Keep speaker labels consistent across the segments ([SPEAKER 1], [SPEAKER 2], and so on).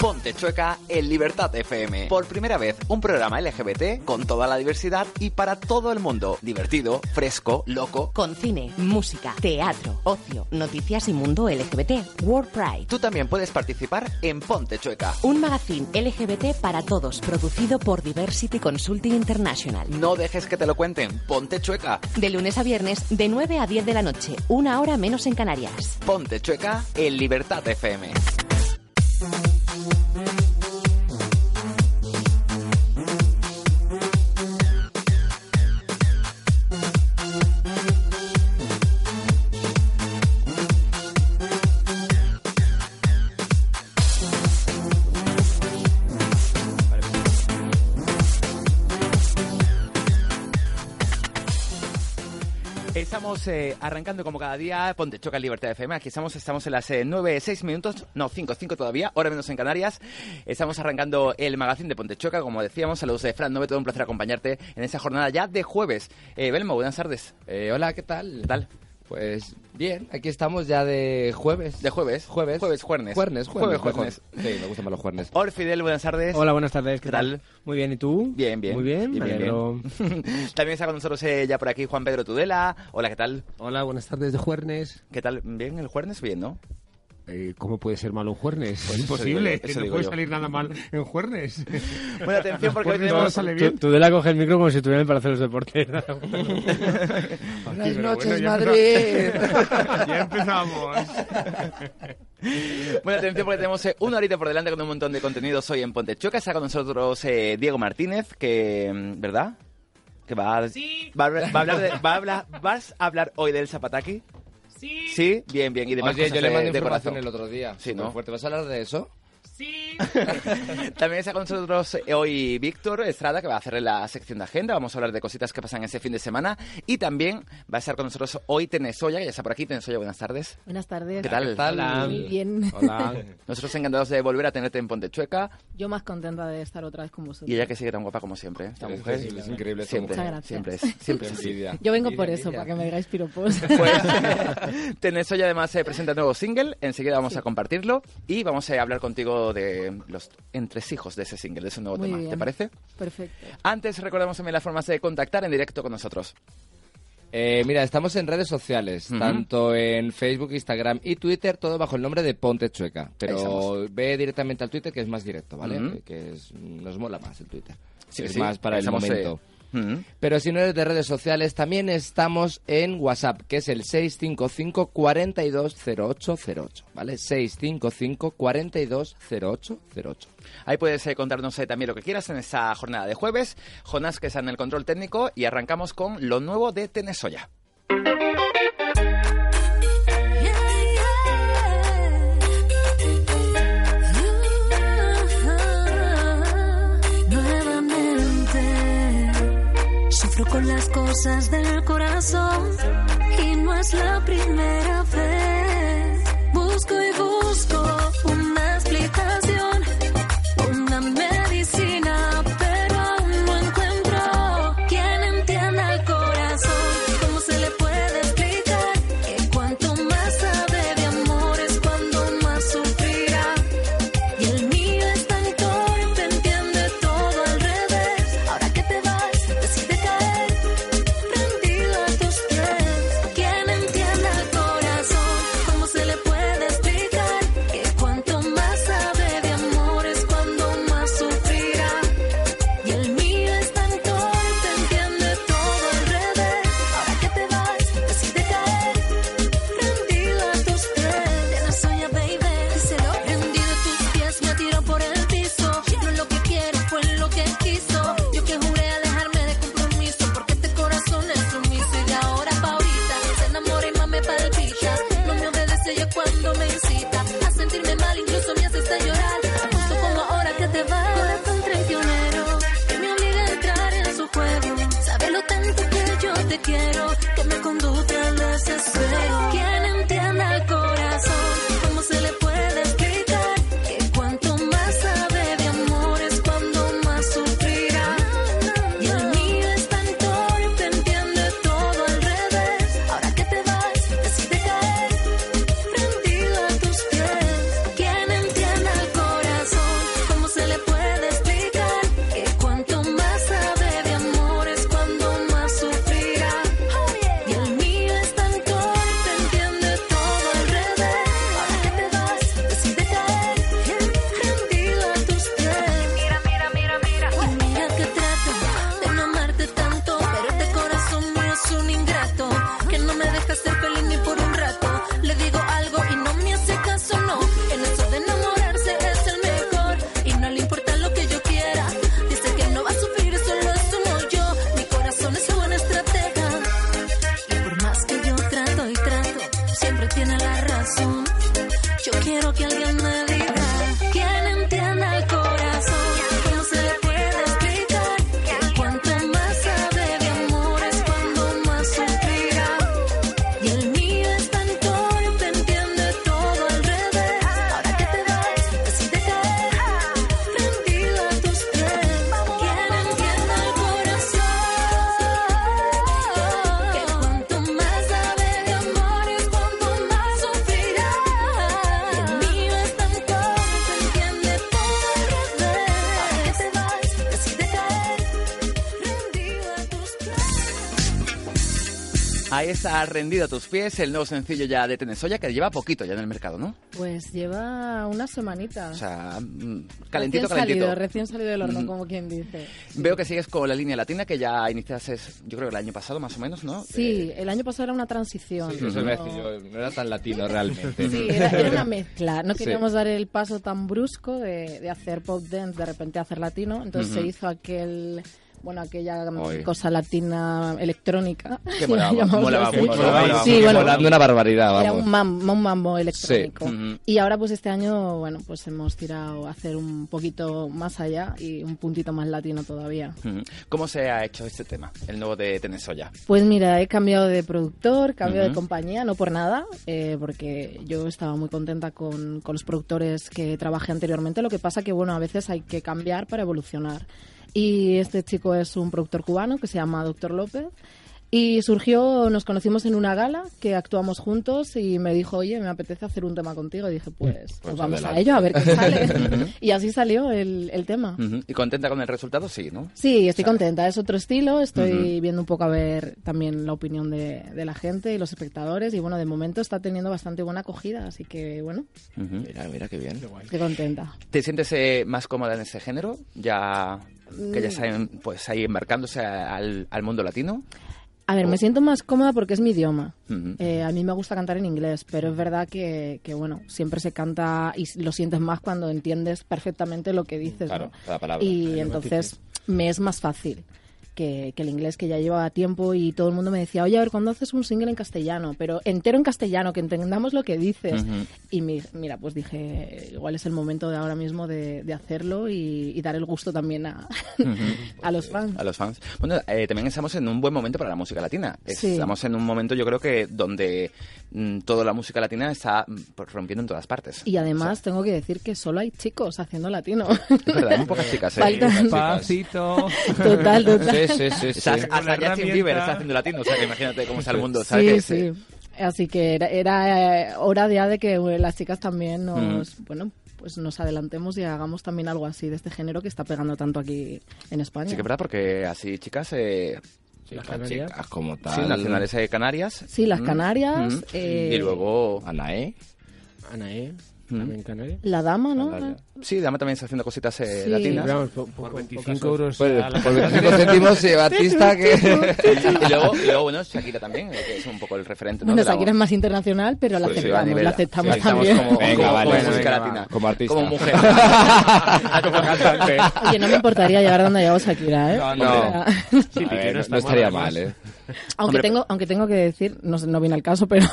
[SPEAKER 1] Ponte Chueca en Libertad FM. Por primera vez, un programa LGBT con toda la diversidad y para todo el mundo. Divertido, fresco, loco.
[SPEAKER 2] Con cine, música, teatro, ocio, noticias y mundo LGBT. World Pride.
[SPEAKER 1] Tú también puedes participar en Ponte Chueca.
[SPEAKER 2] Un magazine LGBT para todos, producido por Diversity Consulting International.
[SPEAKER 1] No dejes que te lo cuenten. Ponte Chueca.
[SPEAKER 2] De lunes a viernes, de 9 a 10 de la noche, una hora menos en Canarias.
[SPEAKER 1] Ponte Chueca en Libertad FM.
[SPEAKER 3] Estamos eh, arrancando como cada día, Ponte Choca en Libertad FM. Aquí estamos, estamos en las eh, 9, 6 minutos, no, 5, 5 todavía, hora menos en Canarias. Estamos arrancando el magazine de Ponte Choca, como decíamos. Saludos de Fran Nove, todo un placer acompañarte en esa jornada ya de jueves. Eh, Belmo, buenas tardes.
[SPEAKER 4] Eh, hola, ¿qué tal?
[SPEAKER 3] ¿Qué tal?
[SPEAKER 4] Pues bien, aquí estamos ya de jueves.
[SPEAKER 3] De jueves.
[SPEAKER 4] Jueves.
[SPEAKER 3] Jueves, juernes.
[SPEAKER 4] Juernes, juernes.
[SPEAKER 3] Jueves,
[SPEAKER 4] mejor. Sí, me gustan más los juernes.
[SPEAKER 3] Or Fidel, buenas tardes.
[SPEAKER 5] Hola, buenas tardes. ¿Qué,
[SPEAKER 3] ¿Qué
[SPEAKER 5] tal?
[SPEAKER 3] tal?
[SPEAKER 5] Muy bien, ¿y tú?
[SPEAKER 3] Bien, bien.
[SPEAKER 5] Muy bien,
[SPEAKER 3] Bien,
[SPEAKER 5] me
[SPEAKER 3] bien,
[SPEAKER 5] alegro.
[SPEAKER 3] También está con nosotros eh, ya por aquí Juan Pedro Tudela. Hola, ¿qué tal?
[SPEAKER 6] Hola, buenas tardes de Juernes.
[SPEAKER 3] ¿Qué tal? ¿Bien el jueves? Bien, ¿no?
[SPEAKER 6] Eh, ¿Cómo puede ser malo un Juernes?
[SPEAKER 3] Pues
[SPEAKER 6] es
[SPEAKER 3] eso
[SPEAKER 6] imposible,
[SPEAKER 3] digo yo, eso
[SPEAKER 6] no
[SPEAKER 3] digo
[SPEAKER 6] puede
[SPEAKER 3] yo.
[SPEAKER 6] salir nada mal en Juernes.
[SPEAKER 3] Bueno, atención porque hoy
[SPEAKER 6] Juernes no
[SPEAKER 3] tenemos...
[SPEAKER 6] sale
[SPEAKER 5] Tú,
[SPEAKER 6] bien.
[SPEAKER 5] tú de la coge el micro como si estuviera en el Palacio de los Deportes.
[SPEAKER 6] Pero
[SPEAKER 4] Buenas
[SPEAKER 6] bueno,
[SPEAKER 4] noches,
[SPEAKER 6] ya
[SPEAKER 4] Madrid.
[SPEAKER 6] empezamos. ya empezamos.
[SPEAKER 3] Bueno, atención porque tenemos eh, una horita por delante con un montón de contenidos hoy en Pontechoca. Está con nosotros eh, Diego Martínez, que... mm, ¿Verdad? Que va a, va a, va a hablar de- va a hablar- ¿Vas a hablar hoy del Zapataki? Sí. Sí, bien, bien. Y demás
[SPEAKER 4] Oye,
[SPEAKER 3] cosas
[SPEAKER 4] yo le
[SPEAKER 3] de-
[SPEAKER 4] mandé
[SPEAKER 3] de
[SPEAKER 4] información
[SPEAKER 3] corazón.
[SPEAKER 4] el otro día.
[SPEAKER 3] Sí, ¿no?
[SPEAKER 4] Muy fuerte. ¿Vas a hablar de eso?
[SPEAKER 3] También está con nosotros eh, hoy Víctor Estrada, que va a hacer la sección de agenda. Vamos a hablar de cositas que pasan este fin de semana. Y también va a estar con nosotros hoy Tenesoya, que ya está por aquí. Tenesoya, buenas tardes.
[SPEAKER 7] Buenas tardes.
[SPEAKER 3] ¿Qué tal?
[SPEAKER 4] ¿Qué tal?
[SPEAKER 7] Muy bien.
[SPEAKER 4] Hola.
[SPEAKER 3] Nosotros encantados de volver a tenerte en Pontechueca.
[SPEAKER 7] Yo más contenta de estar otra vez con vosotros.
[SPEAKER 3] Y ella que sigue tan guapa como siempre. ¿eh? Esta
[SPEAKER 4] Es
[SPEAKER 3] mujer.
[SPEAKER 4] increíble, es increíble esta
[SPEAKER 3] Siempre,
[SPEAKER 7] mujer. Muchas
[SPEAKER 3] siempre es,
[SPEAKER 7] gracias.
[SPEAKER 3] siempre es así.
[SPEAKER 4] Envidia.
[SPEAKER 7] Yo vengo
[SPEAKER 4] Envidia,
[SPEAKER 7] por eso,
[SPEAKER 4] envidia.
[SPEAKER 7] para que me digáis piropos.
[SPEAKER 3] Pues Tenesoya además eh, presenta nuevo single, enseguida vamos a compartirlo y vamos a hablar contigo de los entresijos de ese single, de ese nuevo
[SPEAKER 7] Muy
[SPEAKER 3] tema. ¿Te
[SPEAKER 7] bien.
[SPEAKER 3] parece?
[SPEAKER 7] Perfecto.
[SPEAKER 4] Ah,
[SPEAKER 3] Antes recordamos también las formas de contactar en directo con nosotros.
[SPEAKER 4] Eh, mira, estamos en redes sociales,
[SPEAKER 3] Ujú.
[SPEAKER 4] tanto en Facebook, Instagram y Twitter, todo bajo el nombre de Ponte Chueca.
[SPEAKER 3] Ahí
[SPEAKER 4] Pero
[SPEAKER 3] estamos.
[SPEAKER 4] ve directamente al Twitter, que es más directo, ¿vale?
[SPEAKER 3] Ujú.
[SPEAKER 4] Que es- nos mola más el Twitter.
[SPEAKER 3] Sí,
[SPEAKER 4] es
[SPEAKER 3] sí,
[SPEAKER 4] más para
[SPEAKER 3] estamos, eh,
[SPEAKER 4] el momento.
[SPEAKER 3] ujú.
[SPEAKER 4] Pero si no eres de redes sociales, también estamos en WhatsApp, que es el 655-420808, ¿vale? 655-420808.
[SPEAKER 3] Ahí puedes eh, contarnos eh, también lo que quieras en esta jornada de jueves. Jonás que está en el control técnico y arrancamos con lo nuevo de Tenesoya.
[SPEAKER 8] Nuevamente sufro con las cosas del corazón y no es la primera vez. Busco y busco una explicación, una medicina, pero aún no encuentro quien entienda el corazón. ¿Cómo se le puede explicar que cuanto más sabe de amor es cuando más sufrirá? Y el mío es tan torpe, entiende todo al revés. Ahora que te vas, decide caer, rendido a tus pies. ¿Quién entiende el corazón? ¿Cómo se le puede explicar? Que cuanto más sabe de amor es cuando más sufrirá. Y el mío es tan torpe, entiende todo al revés. Ahora que te vas, decide caer, rendido a tus pies. Tenesoya, baby, díselo. Rendido a tus pies, me tiró por el piso. No es lo que quiero, fue lo que quiso. Yo que juré alejarme de compromiso, porque este corazón es sumiso. Y de ahora pa' ahorita, se enamora y más me palpita. No me obedece ya cuando me incita a sentirme mal, incluso me hace hasta llorar. Justo como ahora que te vas, corazón traicionero, que me obliga a entrar en su juego. Sabe lo tanto que yo te quiero, que me conduce al desespero. Quien entienda el corazón, cómo se le puede explicar que cuanto más sabe de amor es cuando más sufrirá. Y el mío es tan torpe, entiende todo al revés. Ahora que te vas, decide caer rendido a tus pies. Quien entienda el corazón, este Pues
[SPEAKER 3] Ahí está rendido a tus pies el nuevo sencillo ya de Tenesoya que lleva poquito ya en el mercado, ¿no?
[SPEAKER 7] Pues lleva unas semanitas.
[SPEAKER 3] O sea, mm, calentito, calentito.
[SPEAKER 7] recién Salido, recién salido del horno,
[SPEAKER 3] Mm.
[SPEAKER 7] como quien dice.
[SPEAKER 3] Veo que sigues con la línea latina que ya iniciaste, yo creo, el año pasado más o menos, ¿no?
[SPEAKER 7] Sí, el año pasado era una transición.
[SPEAKER 4] Sí, eso
[SPEAKER 7] no-
[SPEAKER 4] me decía yo, no era tan latino realmente.
[SPEAKER 7] Sí, era, era una mezcla. No
[SPEAKER 4] Sí.
[SPEAKER 7] queríamos dar el paso tan brusco de, de hacer pop dance, de repente hacer latino. Entonces se hizo aquel, bueno, aquella mm,
[SPEAKER 3] Oy.
[SPEAKER 7] cosa latina electrónica.
[SPEAKER 3] Que molaba, molaba
[SPEAKER 7] así.
[SPEAKER 3] mucho, molaba
[SPEAKER 7] Sí,
[SPEAKER 3] mucho,
[SPEAKER 7] bueno,
[SPEAKER 4] Volando una barbaridad,
[SPEAKER 7] era
[SPEAKER 4] vamos.
[SPEAKER 7] un mambo, un mambo electrónico.
[SPEAKER 3] Ujú.
[SPEAKER 7] Y ahora pues este año, bueno, pues hemos tirado a hacer un poquito más allá y un puntito más latino todavía.
[SPEAKER 3] Ujú. ¿Cómo se ha hecho este tema, el nuevo de Tenesoya?
[SPEAKER 7] Pues mira, he cambiado de productor, cambio de
[SPEAKER 3] Ujú.
[SPEAKER 7] compañía, no por nada, eh, porque yo estaba muy contenta con, con los productores que trabajé anteriormente. Lo que pasa que, bueno, a veces hay que cambiar para evolucionar. Y este chico es un productor cubano que se llama Doctor López. Y surgió, nos conocimos en una gala que actuamos juntos y me dijo, oye, me apetece hacer un tema contigo. Y dije, pues, pues vamos a
[SPEAKER 4] adelante.
[SPEAKER 7] ello, a ver qué sale. y así salió el, el tema.
[SPEAKER 3] Ujú. ¿Y contenta con el resultado? Sí, ¿no?
[SPEAKER 7] Sí, estoy contenta. Es otro estilo. Estoy viendo un poco a ver también la opinión de, de la gente y los espectadores. Y bueno, de momento está teniendo bastante buena acogida. Así que bueno,
[SPEAKER 3] Ujú.
[SPEAKER 4] Mira, mira qué bien.
[SPEAKER 7] estoy contenta.
[SPEAKER 3] ¿Te sientes eh, más cómoda en ese género? Ya
[SPEAKER 7] Mm.
[SPEAKER 3] que ya están pues ahí embarcándose al, al mundo latino.
[SPEAKER 7] A ver, me siento más cómoda porque es mi idioma.
[SPEAKER 3] Ujú.
[SPEAKER 7] Eh, a mí me gusta cantar en inglés, pero es verdad que, que, bueno, siempre se canta y lo sientes más cuando entiendes perfectamente lo que dices.
[SPEAKER 4] Claro,
[SPEAKER 7] ¿no?
[SPEAKER 4] cada palabra.
[SPEAKER 7] Y
[SPEAKER 3] ¿eh?
[SPEAKER 7] entonces me es más fácil. Que, que el inglés que ya llevaba tiempo y todo el mundo me decía, oye, a ver, ¿cuándo haces un single en castellano? Pero entero en castellano, que entendamos lo que dices.
[SPEAKER 3] Ujú.
[SPEAKER 7] Y mi- mira, pues dije, igual es el momento de ahora mismo de, de hacerlo y, y dar el gusto también a, a los fans.
[SPEAKER 3] A los fans. Bueno, eh, también estamos en un buen momento para la música latina.
[SPEAKER 7] Sí.
[SPEAKER 3] Estamos en un momento, yo creo que, donde mm, toda la música latina está mm, pues, rompiendo en todas partes.
[SPEAKER 7] Y además tengo que decir que solo hay chicos haciendo latino.
[SPEAKER 3] Es verdad, muy pocas chicas. eh.
[SPEAKER 7] Falta-
[SPEAKER 6] Despacito.
[SPEAKER 7] total, total.
[SPEAKER 4] Sí, sí, sí. sí.
[SPEAKER 3] Estás-
[SPEAKER 6] Con
[SPEAKER 3] hasta
[SPEAKER 6] la
[SPEAKER 3] Justin Bieber
[SPEAKER 6] herramienta.
[SPEAKER 3] está haciendo latino, o sea que imagínate cómo está el mundo,
[SPEAKER 7] Sí,
[SPEAKER 3] ¿sabes? Que se-
[SPEAKER 7] sí. Así que era, era, eh, hora ya de que eh, las chicas también nos, bueno, pues nos adelantemos y hagamos también algo así de este género que está pegando tanto aquí en España.
[SPEAKER 3] Sí que es verdad, porque así chicas, eh,
[SPEAKER 4] Chicas,
[SPEAKER 5] Las Canarias.
[SPEAKER 4] chicas, como tal.
[SPEAKER 3] sí, nacionales eh, canarias.
[SPEAKER 7] Sí, las
[SPEAKER 3] Mm,
[SPEAKER 7] Canarias,
[SPEAKER 3] mm.
[SPEAKER 7] eh,
[SPEAKER 3] Y luego... Mm.
[SPEAKER 4] Anae.
[SPEAKER 5] Anae, también canaria.
[SPEAKER 7] La dama, ¿no?
[SPEAKER 4] Canarias.
[SPEAKER 3] Sí, Dama también está haciendo cositas eh,
[SPEAKER 7] Sí.
[SPEAKER 3] latinas.
[SPEAKER 5] Vamos, po- po-
[SPEAKER 6] Por
[SPEAKER 5] po-
[SPEAKER 6] 25
[SPEAKER 5] pocas
[SPEAKER 6] euros.
[SPEAKER 4] Pues,
[SPEAKER 6] a la-
[SPEAKER 4] por 25 céntimos, eh, Batista, que...
[SPEAKER 3] Y luego, y luego, bueno, Shakira también, eh, que es un poco el referente. ¿no?
[SPEAKER 7] Bueno,
[SPEAKER 3] de la- Pues
[SPEAKER 7] Shakira es más internacional, pero la
[SPEAKER 3] Sí, sí,
[SPEAKER 7] aceptamos,
[SPEAKER 3] a nivel-
[SPEAKER 7] la aceptamos
[SPEAKER 3] sí,
[SPEAKER 7] también.
[SPEAKER 3] Como,
[SPEAKER 4] Venga,
[SPEAKER 3] como-
[SPEAKER 4] vale,
[SPEAKER 3] como
[SPEAKER 4] venga,
[SPEAKER 3] música
[SPEAKER 4] va.
[SPEAKER 3] latina.
[SPEAKER 4] Como artista.
[SPEAKER 3] Como mujer. Ah, como cantante.
[SPEAKER 7] Oye, no me importaría llegar donde ha llegado Shakira, ¿eh?
[SPEAKER 4] No,
[SPEAKER 7] O
[SPEAKER 4] no.
[SPEAKER 7] sea,
[SPEAKER 6] Sí,
[SPEAKER 4] A
[SPEAKER 6] que
[SPEAKER 4] ver,
[SPEAKER 6] no
[SPEAKER 4] no,
[SPEAKER 6] está
[SPEAKER 4] estaría
[SPEAKER 6] mal,
[SPEAKER 4] mal, ¿eh?
[SPEAKER 7] Aunque
[SPEAKER 3] Hombre,
[SPEAKER 7] tengo, aunque tengo que decir, no, sé, no viene al caso, pero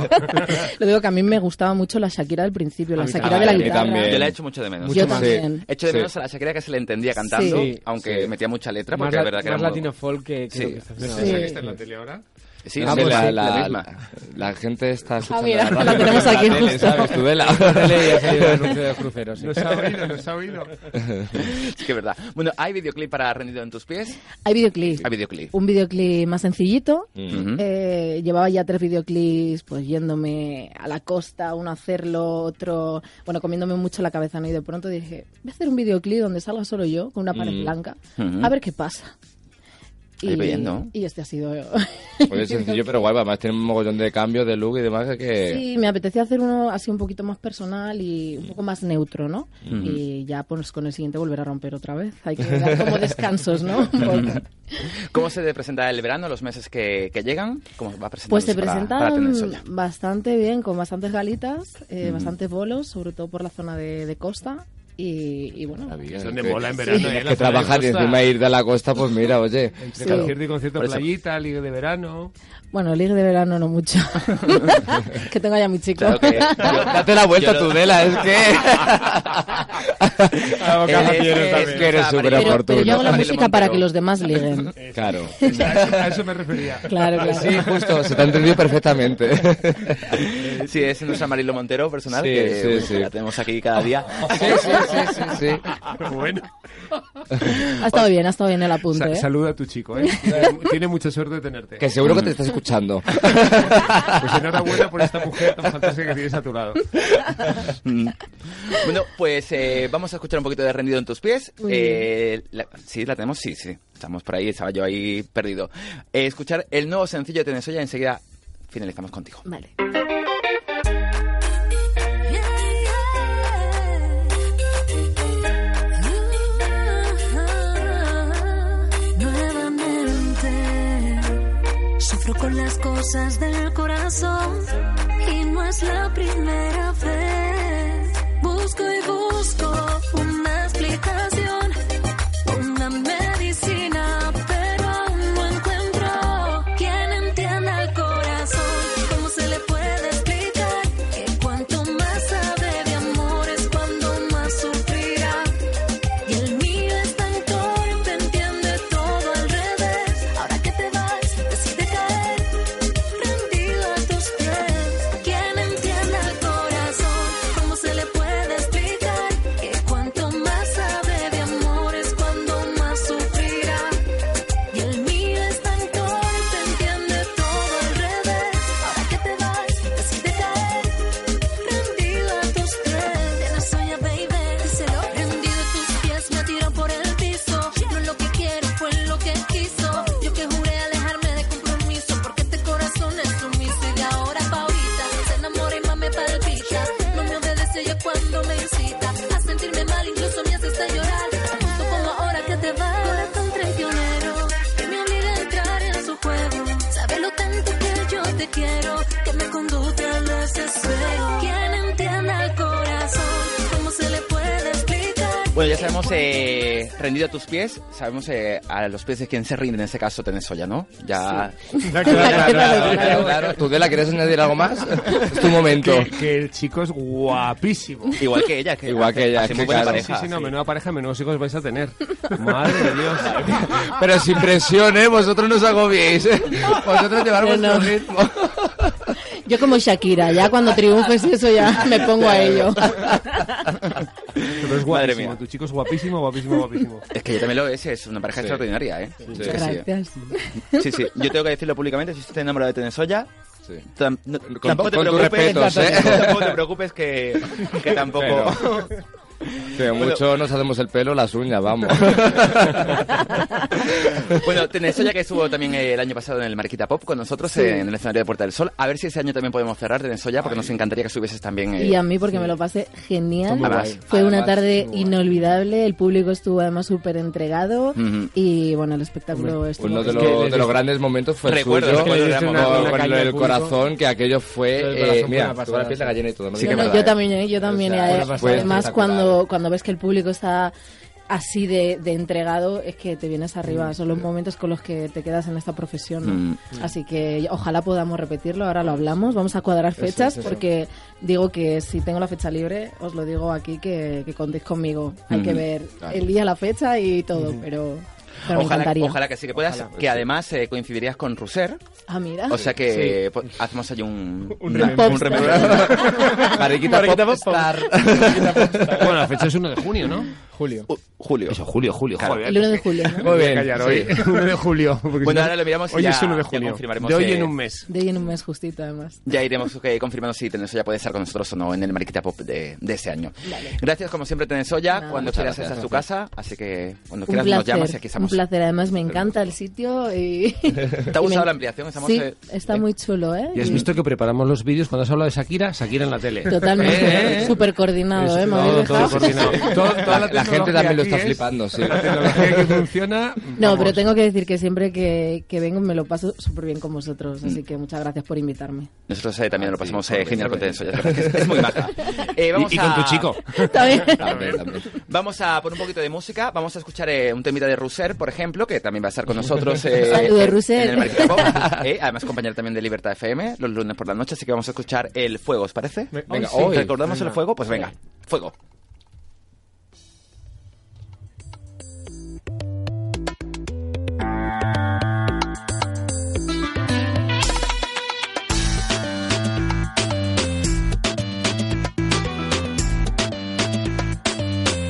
[SPEAKER 7] lo digo que a mí me gustaba mucho la Shakira del principio, la
[SPEAKER 6] mí
[SPEAKER 7] Shakira
[SPEAKER 4] también.
[SPEAKER 7] de la
[SPEAKER 4] A mí
[SPEAKER 7] guitarra.
[SPEAKER 4] también.
[SPEAKER 3] Yo la he hecho mucho de menos.
[SPEAKER 7] Yo
[SPEAKER 5] Mucho más.
[SPEAKER 7] también.
[SPEAKER 3] He hecho de
[SPEAKER 4] Sí.
[SPEAKER 3] menos a la Shakira que se le entendía cantando,
[SPEAKER 5] Sí.
[SPEAKER 3] aunque
[SPEAKER 5] Sí.
[SPEAKER 3] metía mucha letra,
[SPEAKER 5] Más,
[SPEAKER 3] porque
[SPEAKER 5] la-
[SPEAKER 3] es verdad que
[SPEAKER 5] más
[SPEAKER 3] era
[SPEAKER 5] latino
[SPEAKER 3] muy-
[SPEAKER 5] folk que, que
[SPEAKER 3] Sí.
[SPEAKER 5] lo que está haciendo
[SPEAKER 7] Sí.
[SPEAKER 5] ahora.
[SPEAKER 6] ¿Esa que está en la tele ahora?
[SPEAKER 3] Sí,
[SPEAKER 5] Ah,
[SPEAKER 4] No,
[SPEAKER 3] sí,
[SPEAKER 4] hombre,
[SPEAKER 5] pues
[SPEAKER 3] la,
[SPEAKER 4] la,
[SPEAKER 3] la
[SPEAKER 4] la-
[SPEAKER 3] misma.
[SPEAKER 4] la gente está escuchando
[SPEAKER 7] mira,
[SPEAKER 4] radio,
[SPEAKER 7] la tenemos aquí
[SPEAKER 4] tele,
[SPEAKER 7] justo.
[SPEAKER 4] ¿sabes? Tú vela.
[SPEAKER 5] Tele y ha salido el anuncio de los cruceros. sí.
[SPEAKER 6] Nos ha oído, nos ha oído.
[SPEAKER 3] Sí, que es verdad. Bueno, hay videoclip para Rendido en tus pies.
[SPEAKER 7] Hay videoclip.
[SPEAKER 3] Hay videoclip.
[SPEAKER 7] Un videoclip más sencillito.
[SPEAKER 5] Mm.
[SPEAKER 3] Ujú.
[SPEAKER 7] Eh, llevaba ya tres videoclips, pues yéndome a la costa, uno a hacerlo, otro, bueno, comiéndome mucho la cabeza, ¿no? Y de pronto dije, voy a hacer un videoclip donde salga solo yo, con una pared blanca,
[SPEAKER 3] Ujú.
[SPEAKER 7] a ver qué pasa.
[SPEAKER 3] Mm. Mm-hmm. Ahí bien, ¿no?
[SPEAKER 7] y este ha sido...
[SPEAKER 4] Pues es sencillo, pero guay, además tiene un mogollón de cambios de look y demás que...
[SPEAKER 7] Sí, me apetecía hacer uno así un poquito más personal y
[SPEAKER 4] Mm.
[SPEAKER 7] un poco más neutro, ¿no?
[SPEAKER 4] Mm-hmm.
[SPEAKER 7] Y ya pues con el siguiente volver a romper otra vez. Hay que dar como descansos, ¿no? Un
[SPEAKER 4] Mm-hmm.
[SPEAKER 7] poco.
[SPEAKER 3] Mm. ¿Cómo se presenta el verano, los meses que, que llegan? ¿Cómo va a presentar?
[SPEAKER 7] Pues se
[SPEAKER 3] Para,
[SPEAKER 7] presentan
[SPEAKER 3] tener Soya?
[SPEAKER 7] bastante bien, con bastantes galitas, eh,
[SPEAKER 4] Mm-hmm.
[SPEAKER 7] bastantes bolos, sobre todo por la zona de, de costa. Y, y bueno,
[SPEAKER 4] Maravilla,
[SPEAKER 6] Es donde
[SPEAKER 4] que-
[SPEAKER 6] mola en verano, ¿eh? La
[SPEAKER 4] Que
[SPEAKER 6] zona de
[SPEAKER 4] trabajar y
[SPEAKER 6] costa.
[SPEAKER 4] encima ir de la costa, pues mira, oye. Pues,
[SPEAKER 6] Entre
[SPEAKER 7] Sí.
[SPEAKER 6] concierto y concierto,
[SPEAKER 3] Por eso-
[SPEAKER 6] playita, liga de verano.
[SPEAKER 7] bueno, ligue de verano no mucho. que tengo ya mi chico.
[SPEAKER 3] Claro que-
[SPEAKER 4] Date la vuelta,
[SPEAKER 3] Yo lo-
[SPEAKER 4] tú vela, es que...
[SPEAKER 6] Eh,
[SPEAKER 3] bocaja tienes
[SPEAKER 4] es,
[SPEAKER 3] también.
[SPEAKER 4] que eres
[SPEAKER 3] Pero-
[SPEAKER 4] súper
[SPEAKER 7] pero, pero yo hago la
[SPEAKER 3] Dale,
[SPEAKER 7] música
[SPEAKER 3] Montero.
[SPEAKER 7] para que los demás liguen.
[SPEAKER 4] Claro.
[SPEAKER 6] A eso, a eso me refería.
[SPEAKER 7] Claro, claro.
[SPEAKER 4] Sí, justo, se te ha entendido perfectamente.
[SPEAKER 3] Sí, es nuestra Marilo Montero personal,
[SPEAKER 4] Sí,
[SPEAKER 3] que
[SPEAKER 4] sí,
[SPEAKER 3] bueno,
[SPEAKER 4] sí.
[SPEAKER 3] la tenemos aquí cada día.
[SPEAKER 4] Sí, sí, sí, sí, sí.
[SPEAKER 6] bueno.
[SPEAKER 7] Ha estado bien, ha estado bien el
[SPEAKER 6] Sa-
[SPEAKER 7] apunte. ¿eh?
[SPEAKER 6] Saluda a tu chico, ¿eh? Tiene mucha suerte de tenerte.
[SPEAKER 4] Que seguro que te estás escuchando.
[SPEAKER 6] Pues enhorabuena por esta mujer tan fantástica que tienes a tu lado.
[SPEAKER 3] Mm. Bueno, pues eh, vamos a escuchar un poquito de Rendido en tus pies.
[SPEAKER 7] Muy
[SPEAKER 3] Eh, la- sí, la tenemos, sí, sí. Estamos por ahí, estaba yo ahí perdido. Eh, escuchar el nuevo sencillo de Tenesoya, enseguida finalizamos contigo.
[SPEAKER 7] Vale.
[SPEAKER 8] Nuevamente sufro con las cosas del corazón y no es la primera vez. Busco y busco una explicación, una medicina, pero aún no encuentro quien entienda el corazón. ¿Cómo se le puede explicar que cuanto más sabe de amor es cuando más sufrirá? Y el mío es tan torpe, entiende todo al revés. Ahora que te vas, decide caer, rendido a tus pies. ¿Quién entiende al corazón? ¿Cómo se le puede explicar? Que cuanto más sabe de amor es cuando más sufrirá. Y el mío es tan torpe, entiende todo al revés. Ahora que te vas, decide caer, rendido a tus pies. Tienes olla, baby, díselo. Rendido a tus pies, me tiró por el piso. No lo que quiero, fue lo que quiso. Yo que juré alejarme de compromiso, porque este corazón es sumiso. Y de ahora pa' ahorita, se enamora y más me palpita. No me obedece ya cuando me incita. A sentirme mal, incluso me hace hasta llorar. Tanto como ahora que te vas, corazón traicionero. Que me obliga a entrar en su juego. Sabe lo tanto que yo te quiero, que me conduce al desespero. ¿Quién entiende al corazón? ¿Cómo se le puede explicar?
[SPEAKER 3] Bueno, ya sabemos, eh, rendido a tus pies, sabemos eh, a los pies de quien se rinde, en este caso Tenesoya, ¿no? Ya.
[SPEAKER 4] Claro, claro, claro, claro. ¿Tú, Dela, quieres añadir algo más? Es tu momento.
[SPEAKER 6] Que, que el chico es guapísimo.
[SPEAKER 3] Igual que ella, que
[SPEAKER 4] Igual que ella,
[SPEAKER 3] hace
[SPEAKER 4] que
[SPEAKER 3] muy buena
[SPEAKER 4] claro.
[SPEAKER 3] pareja.
[SPEAKER 6] sí, sí, no,
[SPEAKER 3] sí.
[SPEAKER 6] menuda pareja, menudos hijos vais a tener. Madre de Dios.
[SPEAKER 4] Pero sin presión, ¿eh? Vosotros no os agobiéis, ¿eh? Vosotros llevar vuestro ritmo.
[SPEAKER 7] Yo como Shakira, ya cuando triunfes eso ya me pongo a ello.
[SPEAKER 6] Pero
[SPEAKER 3] Madre
[SPEAKER 6] es guapísimo,
[SPEAKER 3] mía.
[SPEAKER 6] tu chico es guapísimo, guapísimo, guapísimo.
[SPEAKER 3] Es que yo también lo es, es una pareja extraordinaria, ¿eh? Sí, que sí.
[SPEAKER 7] Gracias.
[SPEAKER 3] Sí, sí. Yo tengo que decirlo públicamente, si estás enamorado de Tenesoya,
[SPEAKER 4] Sí.
[SPEAKER 3] tam- no-
[SPEAKER 4] Con-
[SPEAKER 3] tampoco te
[SPEAKER 4] con tus
[SPEAKER 3] preocupes,
[SPEAKER 4] respetos, ¿eh?
[SPEAKER 3] tampoco te preocupes que, que tampoco...
[SPEAKER 4] Que
[SPEAKER 3] Bueno.
[SPEAKER 4] mucho nos hacemos el pelo, las uñas, vamos.
[SPEAKER 3] bueno, Tenesoya que estuvo también eh, el año pasado en el Marquita Pop con nosotros eh, en el escenario de Puerta del Sol. A ver si ese año también podemos cerrar Tenesoya porque nos encantaría que subieses también. eh,
[SPEAKER 7] Y a mí porque me lo pasé genial.
[SPEAKER 3] Muy guay.
[SPEAKER 7] Fue una
[SPEAKER 4] Además,
[SPEAKER 7] tarde
[SPEAKER 4] muy guay.
[SPEAKER 7] inolvidable, el público estuvo además súper entregado
[SPEAKER 3] Ujú.
[SPEAKER 7] y bueno, el espectáculo estuvo...
[SPEAKER 4] Pues Uno de,
[SPEAKER 6] Es que
[SPEAKER 4] los-
[SPEAKER 6] les-
[SPEAKER 4] de los grandes momentos fue el
[SPEAKER 3] Recuerdo,
[SPEAKER 4] suyo,
[SPEAKER 3] recuerdo,
[SPEAKER 4] con-
[SPEAKER 3] era
[SPEAKER 4] con,
[SPEAKER 3] una-
[SPEAKER 5] una
[SPEAKER 4] con
[SPEAKER 5] caña
[SPEAKER 4] el
[SPEAKER 5] al público.
[SPEAKER 4] corazón, que aquello
[SPEAKER 5] El
[SPEAKER 4] fue...
[SPEAKER 5] corazón
[SPEAKER 4] eh,
[SPEAKER 5] fue
[SPEAKER 4] mira,
[SPEAKER 5] una pasada,
[SPEAKER 4] tuvo la piel de
[SPEAKER 5] sí.
[SPEAKER 4] gallina y todo. me
[SPEAKER 3] Sí
[SPEAKER 4] lo
[SPEAKER 3] que
[SPEAKER 4] digo,
[SPEAKER 3] es
[SPEAKER 7] No, no,
[SPEAKER 3] verdad,
[SPEAKER 7] yo
[SPEAKER 3] ¿eh?
[SPEAKER 7] también, ¿eh? yo también.
[SPEAKER 4] O
[SPEAKER 7] y
[SPEAKER 4] sea,
[SPEAKER 7] a-
[SPEAKER 5] fue
[SPEAKER 7] además,
[SPEAKER 5] bastante
[SPEAKER 7] cuando, cuando ves que el público está así de, de entregado, es que te vienes arriba. Son los momentos con los que te quedas en esta profesión. ¿no?
[SPEAKER 3] Mm.
[SPEAKER 7] Así que ojalá podamos repetirlo. Ahora lo hablamos. Vamos a cuadrar fechas porque digo que si tengo la fecha libre, os lo digo aquí que, que contéis conmigo. Hay que
[SPEAKER 3] Ujú.
[SPEAKER 7] ver el día, la fecha y todo, pero, pero me
[SPEAKER 3] ojalá,
[SPEAKER 7] encantaría.
[SPEAKER 3] ojalá que sí que puedas, que además eh, coincidirías con Ruser.
[SPEAKER 7] Ah, mira.
[SPEAKER 3] O sea que eh, po- hacemos ahí un... una-
[SPEAKER 7] remember.
[SPEAKER 3] remember. Mariquita,
[SPEAKER 5] Mariquita
[SPEAKER 3] Pop
[SPEAKER 5] Pop.
[SPEAKER 3] Star.
[SPEAKER 6] Bueno, la fecha es 1 de junio, ¿no?
[SPEAKER 5] Julio.
[SPEAKER 3] Uh, Julio. Eso, Julio, Julio.
[SPEAKER 7] el 1 de julio, ¿no?
[SPEAKER 4] Muy
[SPEAKER 6] Voy a
[SPEAKER 4] bien,
[SPEAKER 6] callar
[SPEAKER 4] sí.
[SPEAKER 6] hoy. 1 de julio. porque si
[SPEAKER 3] Bueno,
[SPEAKER 6] no-
[SPEAKER 3] ahora lo miramos y
[SPEAKER 6] Hoy
[SPEAKER 3] ya-
[SPEAKER 6] es 1 de
[SPEAKER 3] ya
[SPEAKER 6] junio.
[SPEAKER 3] confirmaremos eh,
[SPEAKER 6] De hoy
[SPEAKER 3] que-
[SPEAKER 6] en un mes.
[SPEAKER 7] De ahí en un mes justito, además.
[SPEAKER 3] Ya iremos eh, confirmando si Tenesoya puede estar con nosotros o no en el Mariquita Pop de, de ese año. Gracias, como siempre, Tenesoya.
[SPEAKER 7] Nada.
[SPEAKER 3] Cuando
[SPEAKER 4] Muchas
[SPEAKER 3] quieras,
[SPEAKER 4] gracias.
[SPEAKER 3] esta es tu casa. Así que cuando
[SPEAKER 7] Un
[SPEAKER 3] quieras nos llamas y
[SPEAKER 7] placer,
[SPEAKER 3] aquí
[SPEAKER 7] un
[SPEAKER 3] estamos.
[SPEAKER 7] placer. Además, me encanta el sitio y...
[SPEAKER 3] ¿Te ha
[SPEAKER 7] y me
[SPEAKER 3] gustado
[SPEAKER 7] en-
[SPEAKER 3] la ampliación? Estamos,
[SPEAKER 7] sí,
[SPEAKER 3] eh,
[SPEAKER 7] está
[SPEAKER 3] eh,
[SPEAKER 7] muy chulo, ¿eh?
[SPEAKER 6] Y has
[SPEAKER 7] Y-
[SPEAKER 6] visto que preparamos los vídeos cuando has hablado de Shakira, Shakira en la tele.
[SPEAKER 7] Totalmente,
[SPEAKER 6] Eh, eh.
[SPEAKER 7] súper coordinado, ¿eh? Me
[SPEAKER 6] Todo-
[SPEAKER 7] habéis
[SPEAKER 6] todo
[SPEAKER 7] dejado.
[SPEAKER 6] coordinado. Todo- toda
[SPEAKER 4] La, la gente
[SPEAKER 6] tecnología
[SPEAKER 4] también lo
[SPEAKER 6] aquí
[SPEAKER 4] está
[SPEAKER 6] es-
[SPEAKER 4] flipando, sí.
[SPEAKER 6] La tecnología que funciona.
[SPEAKER 7] No,
[SPEAKER 6] vamos.
[SPEAKER 7] pero tengo que decir que siempre que, que vengo me lo paso súper bien con vosotros, así que muchas gracias por invitarme.
[SPEAKER 3] Nosotros eh, también lo pasamos eh,
[SPEAKER 4] hombre,
[SPEAKER 3] genial con
[SPEAKER 4] hombre.
[SPEAKER 3] Tenesoya. la verdad es que Es, es muy maja. Eh, vamos
[SPEAKER 6] Y, y con tu
[SPEAKER 3] a-
[SPEAKER 6] chico.
[SPEAKER 7] Está bien.
[SPEAKER 4] También, también.
[SPEAKER 3] Vamos a poner un poquito de música. Vamos a escuchar eh, un temita de Russer, por ejemplo, que también va a estar con nosotros. eh,
[SPEAKER 7] Saludos,
[SPEAKER 3] en-
[SPEAKER 7] Russer.
[SPEAKER 3] En el Mariquita Pop. Eh, además, compañero también de Libertad FM, los lunes por la noche. Así que vamos a escuchar el fuego, ¿os parece?
[SPEAKER 4] Venga,
[SPEAKER 3] Sí,
[SPEAKER 4] hoy.
[SPEAKER 3] ¿Recordamos el fuego? Pues venga, fuego.
[SPEAKER 8] Quiero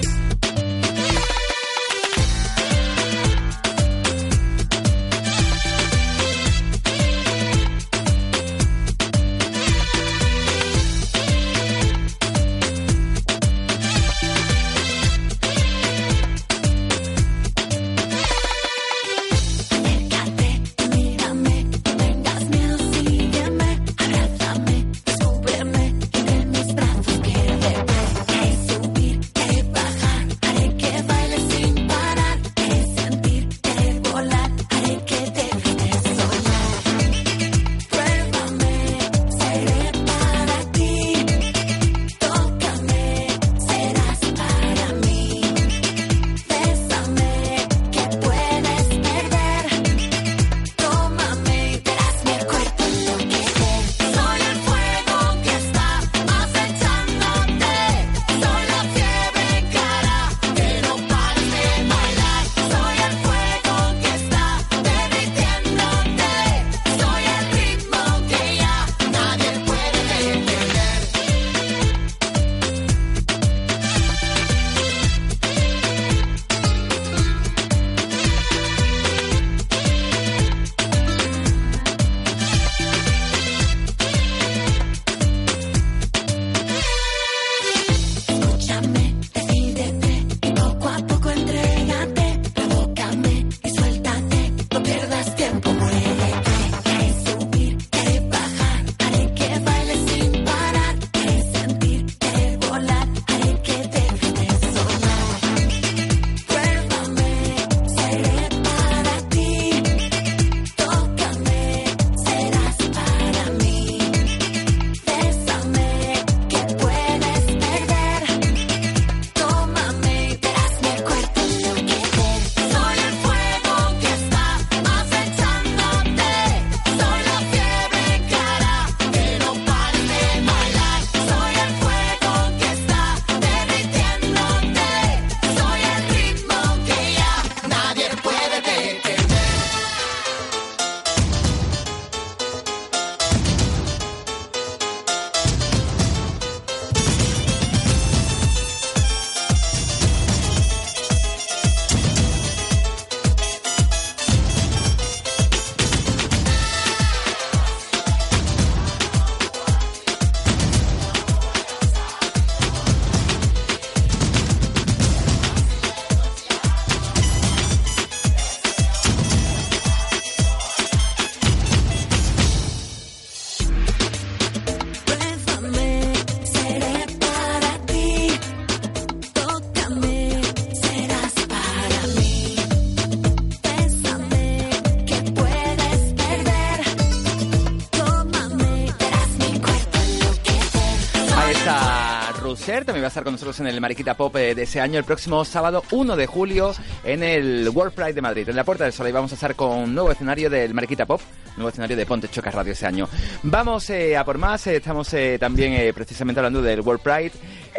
[SPEAKER 3] Sher también va a estar con nosotros en el Mariquita Pop eh, de ese año, el próximo sábado 1 de julio, en el World Pride de Madrid, en la Puerta del Sol. Ahí vamos a estar con un nuevo escenario del Mariquita Pop, nuevo escenario de Ponte Chocas Radio ese año. Vamos eh, a por más, eh, estamos eh, también eh, precisamente hablando del World Pride.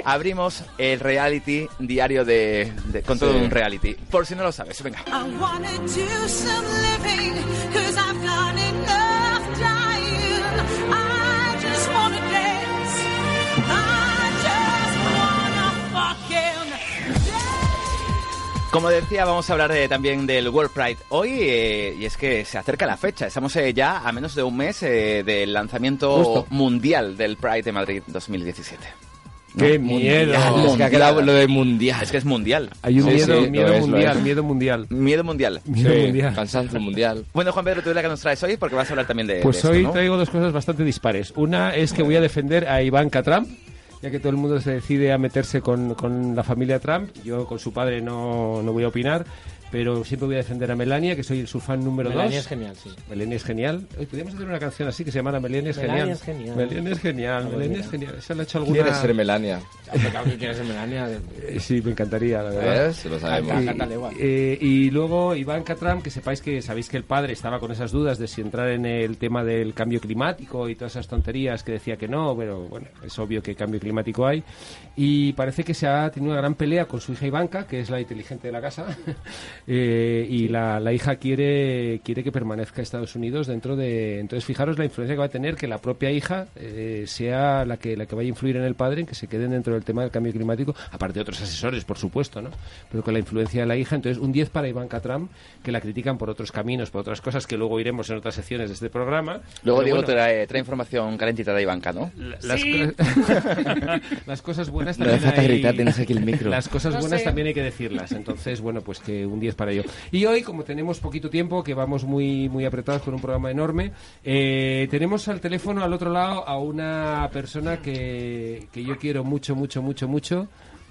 [SPEAKER 3] Abrimos el reality diario de, de- con todo un reality. Por si no lo sabes, venga.
[SPEAKER 9] I wanna do some living, cause I've got enough dying. I just wanna dance. I just wanna fucking
[SPEAKER 3] Como decía, vamos a hablar eh, también del World Pride hoy eh, y es que se acerca la fecha. Estamos eh, ya a menos de un mes eh, del lanzamiento
[SPEAKER 5] Justo.
[SPEAKER 3] mundial del Pride de Madrid 2017.
[SPEAKER 5] ¡Qué miedo!
[SPEAKER 4] Es que ha quedado lo de mundial.
[SPEAKER 3] Es que es mundial.
[SPEAKER 6] Hay un
[SPEAKER 4] Sí,
[SPEAKER 6] miedo,
[SPEAKER 4] sí, lo
[SPEAKER 6] miedo
[SPEAKER 4] es, lo
[SPEAKER 6] mundial,
[SPEAKER 4] es.
[SPEAKER 6] miedo mundial.
[SPEAKER 3] Miedo mundial.
[SPEAKER 6] Miedo mundial.
[SPEAKER 4] Cansancio mundial.
[SPEAKER 3] Bueno, Juan Pedro, tú la que nos traes hoy porque vas a hablar también de. de
[SPEAKER 6] Pues
[SPEAKER 3] esto,
[SPEAKER 6] hoy
[SPEAKER 3] ¿no?
[SPEAKER 6] traigo dos cosas bastante dispares. Una es que voy a defender a Ivanka Trump, ya que todo el mundo se decide a meterse con, con la familia Trump. Yo con su padre no, no voy a opinar, pero siempre voy a defender a Melania, que soy su fan número
[SPEAKER 5] Melania
[SPEAKER 6] dos.
[SPEAKER 5] es genial, sí.
[SPEAKER 6] Melania es genial. Hoy podríamos hacer una canción así que se llamara Melania es
[SPEAKER 5] Melania
[SPEAKER 6] genial.
[SPEAKER 5] es genial. Ah,
[SPEAKER 6] Melania es genial. Melania es genial. Esa la ha hecho alguna.
[SPEAKER 4] ¿Quieres ser Melania?
[SPEAKER 5] ¿Qué quieres de Melania?
[SPEAKER 6] Eh, Sí, me encantaría, la verdad.
[SPEAKER 4] ¿Ves? Lo sabemos.
[SPEAKER 5] Acá. Ándale, guau.
[SPEAKER 6] Eh, y luego Ivanka Trump, que sepáis que sabéis que el padre estaba con esas dudas de si entrar en el tema del cambio climático y todas esas tonterías que decía que no, pero bueno, es obvio que cambio climático hay. Y parece que se ha tenido una gran pelea con su hija Ivanka, que es la inteligente de la casa, Eh, y la, la hija quiere, quiere que permanezca Estados Unidos dentro de... Entonces fijaros la influencia que va a tener que la propia hija eh, sea la que, la que vaya a influir en el padre, en que se queden dentro del tema del cambio climático, aparte de otros asesores, por supuesto, ¿no? Pero con la influencia de la hija, entonces un 10 para Ivanka Trump, que la critican por otros caminos, por otras cosas que luego iremos en otras secciones de este programa.
[SPEAKER 3] Luego
[SPEAKER 6] Pero
[SPEAKER 3] Diego
[SPEAKER 6] bueno,
[SPEAKER 3] trae, trae información calentita de Ivanka, ¿no?
[SPEAKER 6] la- las, cosas- las cosas buenas
[SPEAKER 4] No
[SPEAKER 6] también
[SPEAKER 4] hace falta
[SPEAKER 6] hay-
[SPEAKER 4] gritar, tienes aquí el micro.
[SPEAKER 6] Las cosas
[SPEAKER 7] No
[SPEAKER 6] buenas
[SPEAKER 7] sé.
[SPEAKER 6] también hay que decirlas. Entonces, bueno, pues que un 10 para ello. Y hoy, como tenemos poquito tiempo, que vamos muy muy apretados con un programa enorme, eh, tenemos al teléfono al otro lado a una persona que, que yo quiero mucho, mucho, mucho, mucho,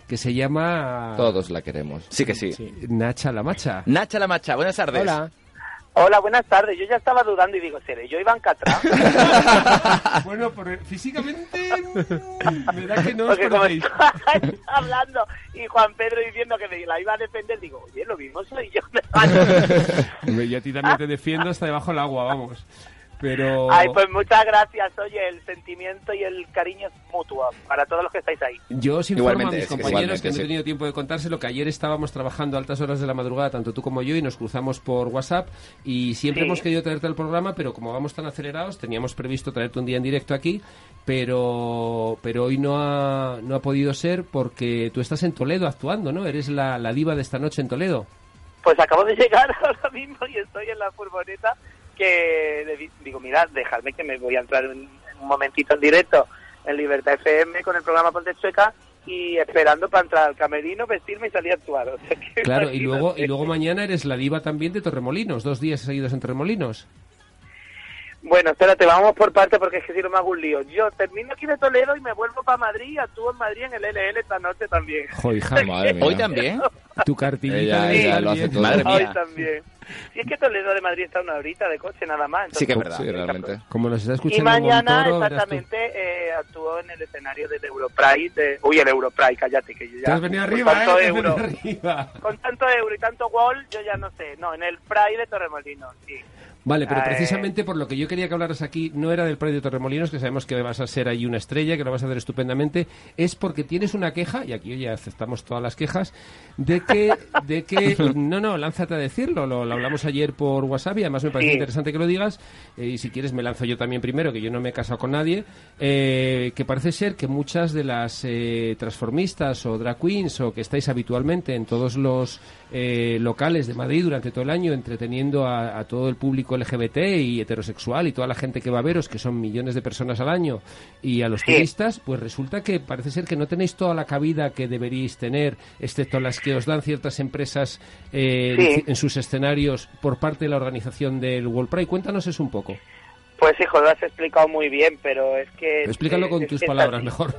[SPEAKER 6] que se llama
[SPEAKER 4] Todos la queremos.
[SPEAKER 3] Sí que sí.
[SPEAKER 6] Nacha la Macha.
[SPEAKER 3] Nacha la Macha, buenas tardes.
[SPEAKER 5] Hola.
[SPEAKER 10] Hola, buenas tardes. Yo ya estaba dudando y digo, ¿seré yo Iván Catrán?
[SPEAKER 6] bueno, por- físicamente, mm, verdad que no os
[SPEAKER 10] Porque como
[SPEAKER 6] conocéis.
[SPEAKER 10] estaba hablando y Juan Pedro diciendo que me la iba a defender, digo, oye, lo mismo soy yo.
[SPEAKER 6] Hombre, Yo a ti también te defiendo hasta debajo del agua, vamos. Pero...
[SPEAKER 10] Ay, pues muchas gracias. Oye, el sentimiento y el cariño es mutuo para todos los que estáis ahí.
[SPEAKER 6] Yo os informo
[SPEAKER 3] Igualmente,
[SPEAKER 6] a mis
[SPEAKER 3] es que sí.
[SPEAKER 6] compañeros que no he
[SPEAKER 4] Igualmente, sí.
[SPEAKER 6] tenido tiempo de contárselo que ayer estábamos trabajando a altas horas de la madrugada, tanto tú como yo, y nos cruzamos por WhatsApp y siempre
[SPEAKER 10] Sí.
[SPEAKER 6] hemos querido traerte al programa, pero como vamos tan acelerados, teníamos previsto traerte un día en directo aquí, pero, pero hoy no ha, no ha podido ser porque tú estás en Toledo actuando, ¿no? Eres la, la diva de esta noche en Toledo.
[SPEAKER 10] Pues acabo de llegar ahora mismo y estoy en la furgoneta que le di- digo, mirad, dejadme que me voy a entrar un, un momentito en directo en Libertad FM con el programa Ponte Chueca y esperando para entrar al camerino, vestirme y salir a actuar. O sea que
[SPEAKER 6] Claro, y luego, y
[SPEAKER 10] imagínate.
[SPEAKER 6] luego mañana eres la diva también de Torremolinos, dos días seguidos en Torremolinos.
[SPEAKER 10] Bueno, espérate, vamos por parte porque es que si no me hago un lío. Yo termino aquí de Toledo y me vuelvo para Madrid y actúo en Madrid en el LL esta noche también.
[SPEAKER 6] Joder, hija,
[SPEAKER 4] Madre mía.
[SPEAKER 3] Hoy también.
[SPEAKER 6] tu cartillita
[SPEAKER 4] Ella-
[SPEAKER 6] de
[SPEAKER 4] ella lo hace
[SPEAKER 6] bien.
[SPEAKER 4] todo.
[SPEAKER 3] Madre mía.
[SPEAKER 10] Hoy también. Si es que Toledo de Madrid está una horita de coche nada más. entonces-
[SPEAKER 3] Sí que es verdad.
[SPEAKER 4] Sí, realmente.
[SPEAKER 6] Como nos está
[SPEAKER 10] Y
[SPEAKER 6] escuchando
[SPEAKER 10] mañana
[SPEAKER 6] Montoro, verás tú.
[SPEAKER 10] exactamente eh, actuó en el escenario del Europride. de- Uy, el Europride, cállate que yo ya...
[SPEAKER 6] Te has venido
[SPEAKER 10] con
[SPEAKER 6] arriba,
[SPEAKER 10] tanto
[SPEAKER 6] eh, te has
[SPEAKER 10] euro,
[SPEAKER 6] venido arriba.
[SPEAKER 10] Con tanto euro y tanto gol, yo ya no sé. No, en el Pride de Torremolinos, sí.
[SPEAKER 6] Vale, pero
[SPEAKER 10] Ah, eh.
[SPEAKER 6] precisamente por lo que yo quería que hablaras aquí, no era del Pride de Torremolinos, que sabemos que vas a ser ahí una estrella, que lo vas a hacer estupendamente, es porque tienes una queja, y aquí ya aceptamos todas las quejas, de que, de que no, no, lánzate a decirlo, lo, lo hablamos ayer por WhatsApp y además me parece
[SPEAKER 10] Sí.
[SPEAKER 6] interesante que lo digas, eh, y si quieres me lanzo yo también primero, que yo no me he casado con nadie, eh, que parece ser que muchas de las eh, transformistas o drag queens o que estáis habitualmente en todos los eh, locales de Madrid durante todo el año entreteniendo a, a todo el público LGBT y heterosexual y toda la gente que va a veros, que son millones de personas al año, y a los
[SPEAKER 10] Sí.
[SPEAKER 6] turistas, pues resulta que parece ser que no tenéis toda la cabida que deberíais tener, excepto las que os dan ciertas empresas eh,
[SPEAKER 10] Sí.
[SPEAKER 6] en- en sus escenarios por parte de la organización del World Pride. Cuéntanos eso un poco.
[SPEAKER 10] Pues hijo, lo has explicado muy bien, pero es que...
[SPEAKER 6] Explícalo con
[SPEAKER 10] es
[SPEAKER 6] tus
[SPEAKER 10] que es
[SPEAKER 6] palabras
[SPEAKER 10] así.
[SPEAKER 6] mejor.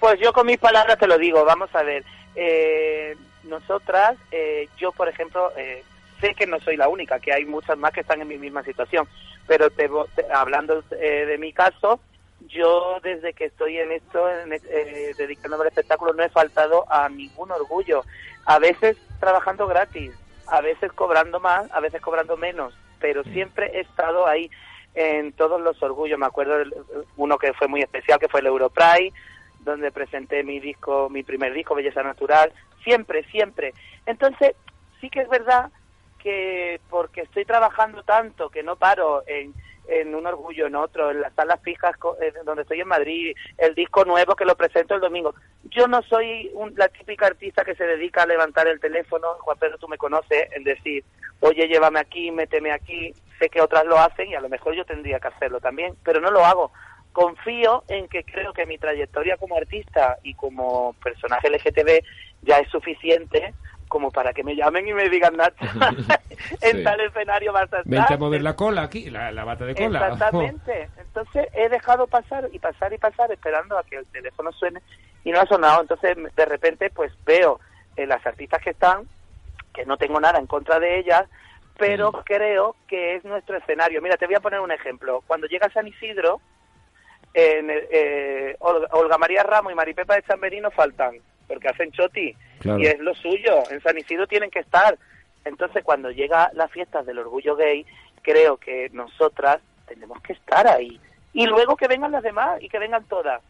[SPEAKER 10] Pues yo con mis palabras te lo digo, vamos a ver. Eh, nosotras, eh, yo por ejemplo, eh, sé que no soy la única, que hay muchas más que están en mi misma situación, pero te, vo- te- hablando eh, de mi caso, yo desde que estoy en esto, en, es- eh, dedicándome al espectáculo, no he faltado a ningún orgullo. A veces trabajando gratis, a veces cobrando más, a veces cobrando menos, pero siempre he estado ahí en todos los orgullos. Me acuerdo del- uno que fue muy especial, que fue el Europride, donde presenté mi disco, mi primer disco, Belleza Natural, siempre, siempre. Entonces, sí que es verdad que porque estoy trabajando tanto, que no paro en, en un orgullo, en otro, en las salas fijas co- eh, donde estoy en Madrid, el disco nuevo que lo presento el domingo. Yo no soy un- la típica artista que se dedica a levantar el teléfono, Juan Pedro, tú me conoces, en decir, oye, llévame aquí, méteme aquí. Sé que otras lo hacen y a lo mejor yo tendría que hacerlo también, pero no lo hago. Confío en que creo que mi trayectoria como artista y como personaje LGTB ya es suficiente como para que me llamen y me digan, Nacho, en
[SPEAKER 6] Sí.
[SPEAKER 10] tal escenario vas a estar.
[SPEAKER 6] Vente a mover la cola aquí, la, la bata de cola.
[SPEAKER 10] Exactamente. Entonces he dejado pasar y pasar y pasar esperando a que el teléfono suene y no ha sonado. Entonces de repente pues veo eh, las artistas que están, que no tengo nada en contra de ellas, pero creo que es nuestro escenario. Mira, te voy a poner un ejemplo. Cuando llega San Isidro, en, el- eh, Olga, Olga María Ramos y Maripepa de Chamberino faltan, porque hacen choti
[SPEAKER 9] Claro.
[SPEAKER 10] y es lo suyo. En San Isidro tienen que estar. Entonces, cuando llega las fiestas del orgullo gay, creo que nosotras tenemos que estar ahí. Y luego que vengan las demás y que vengan todas.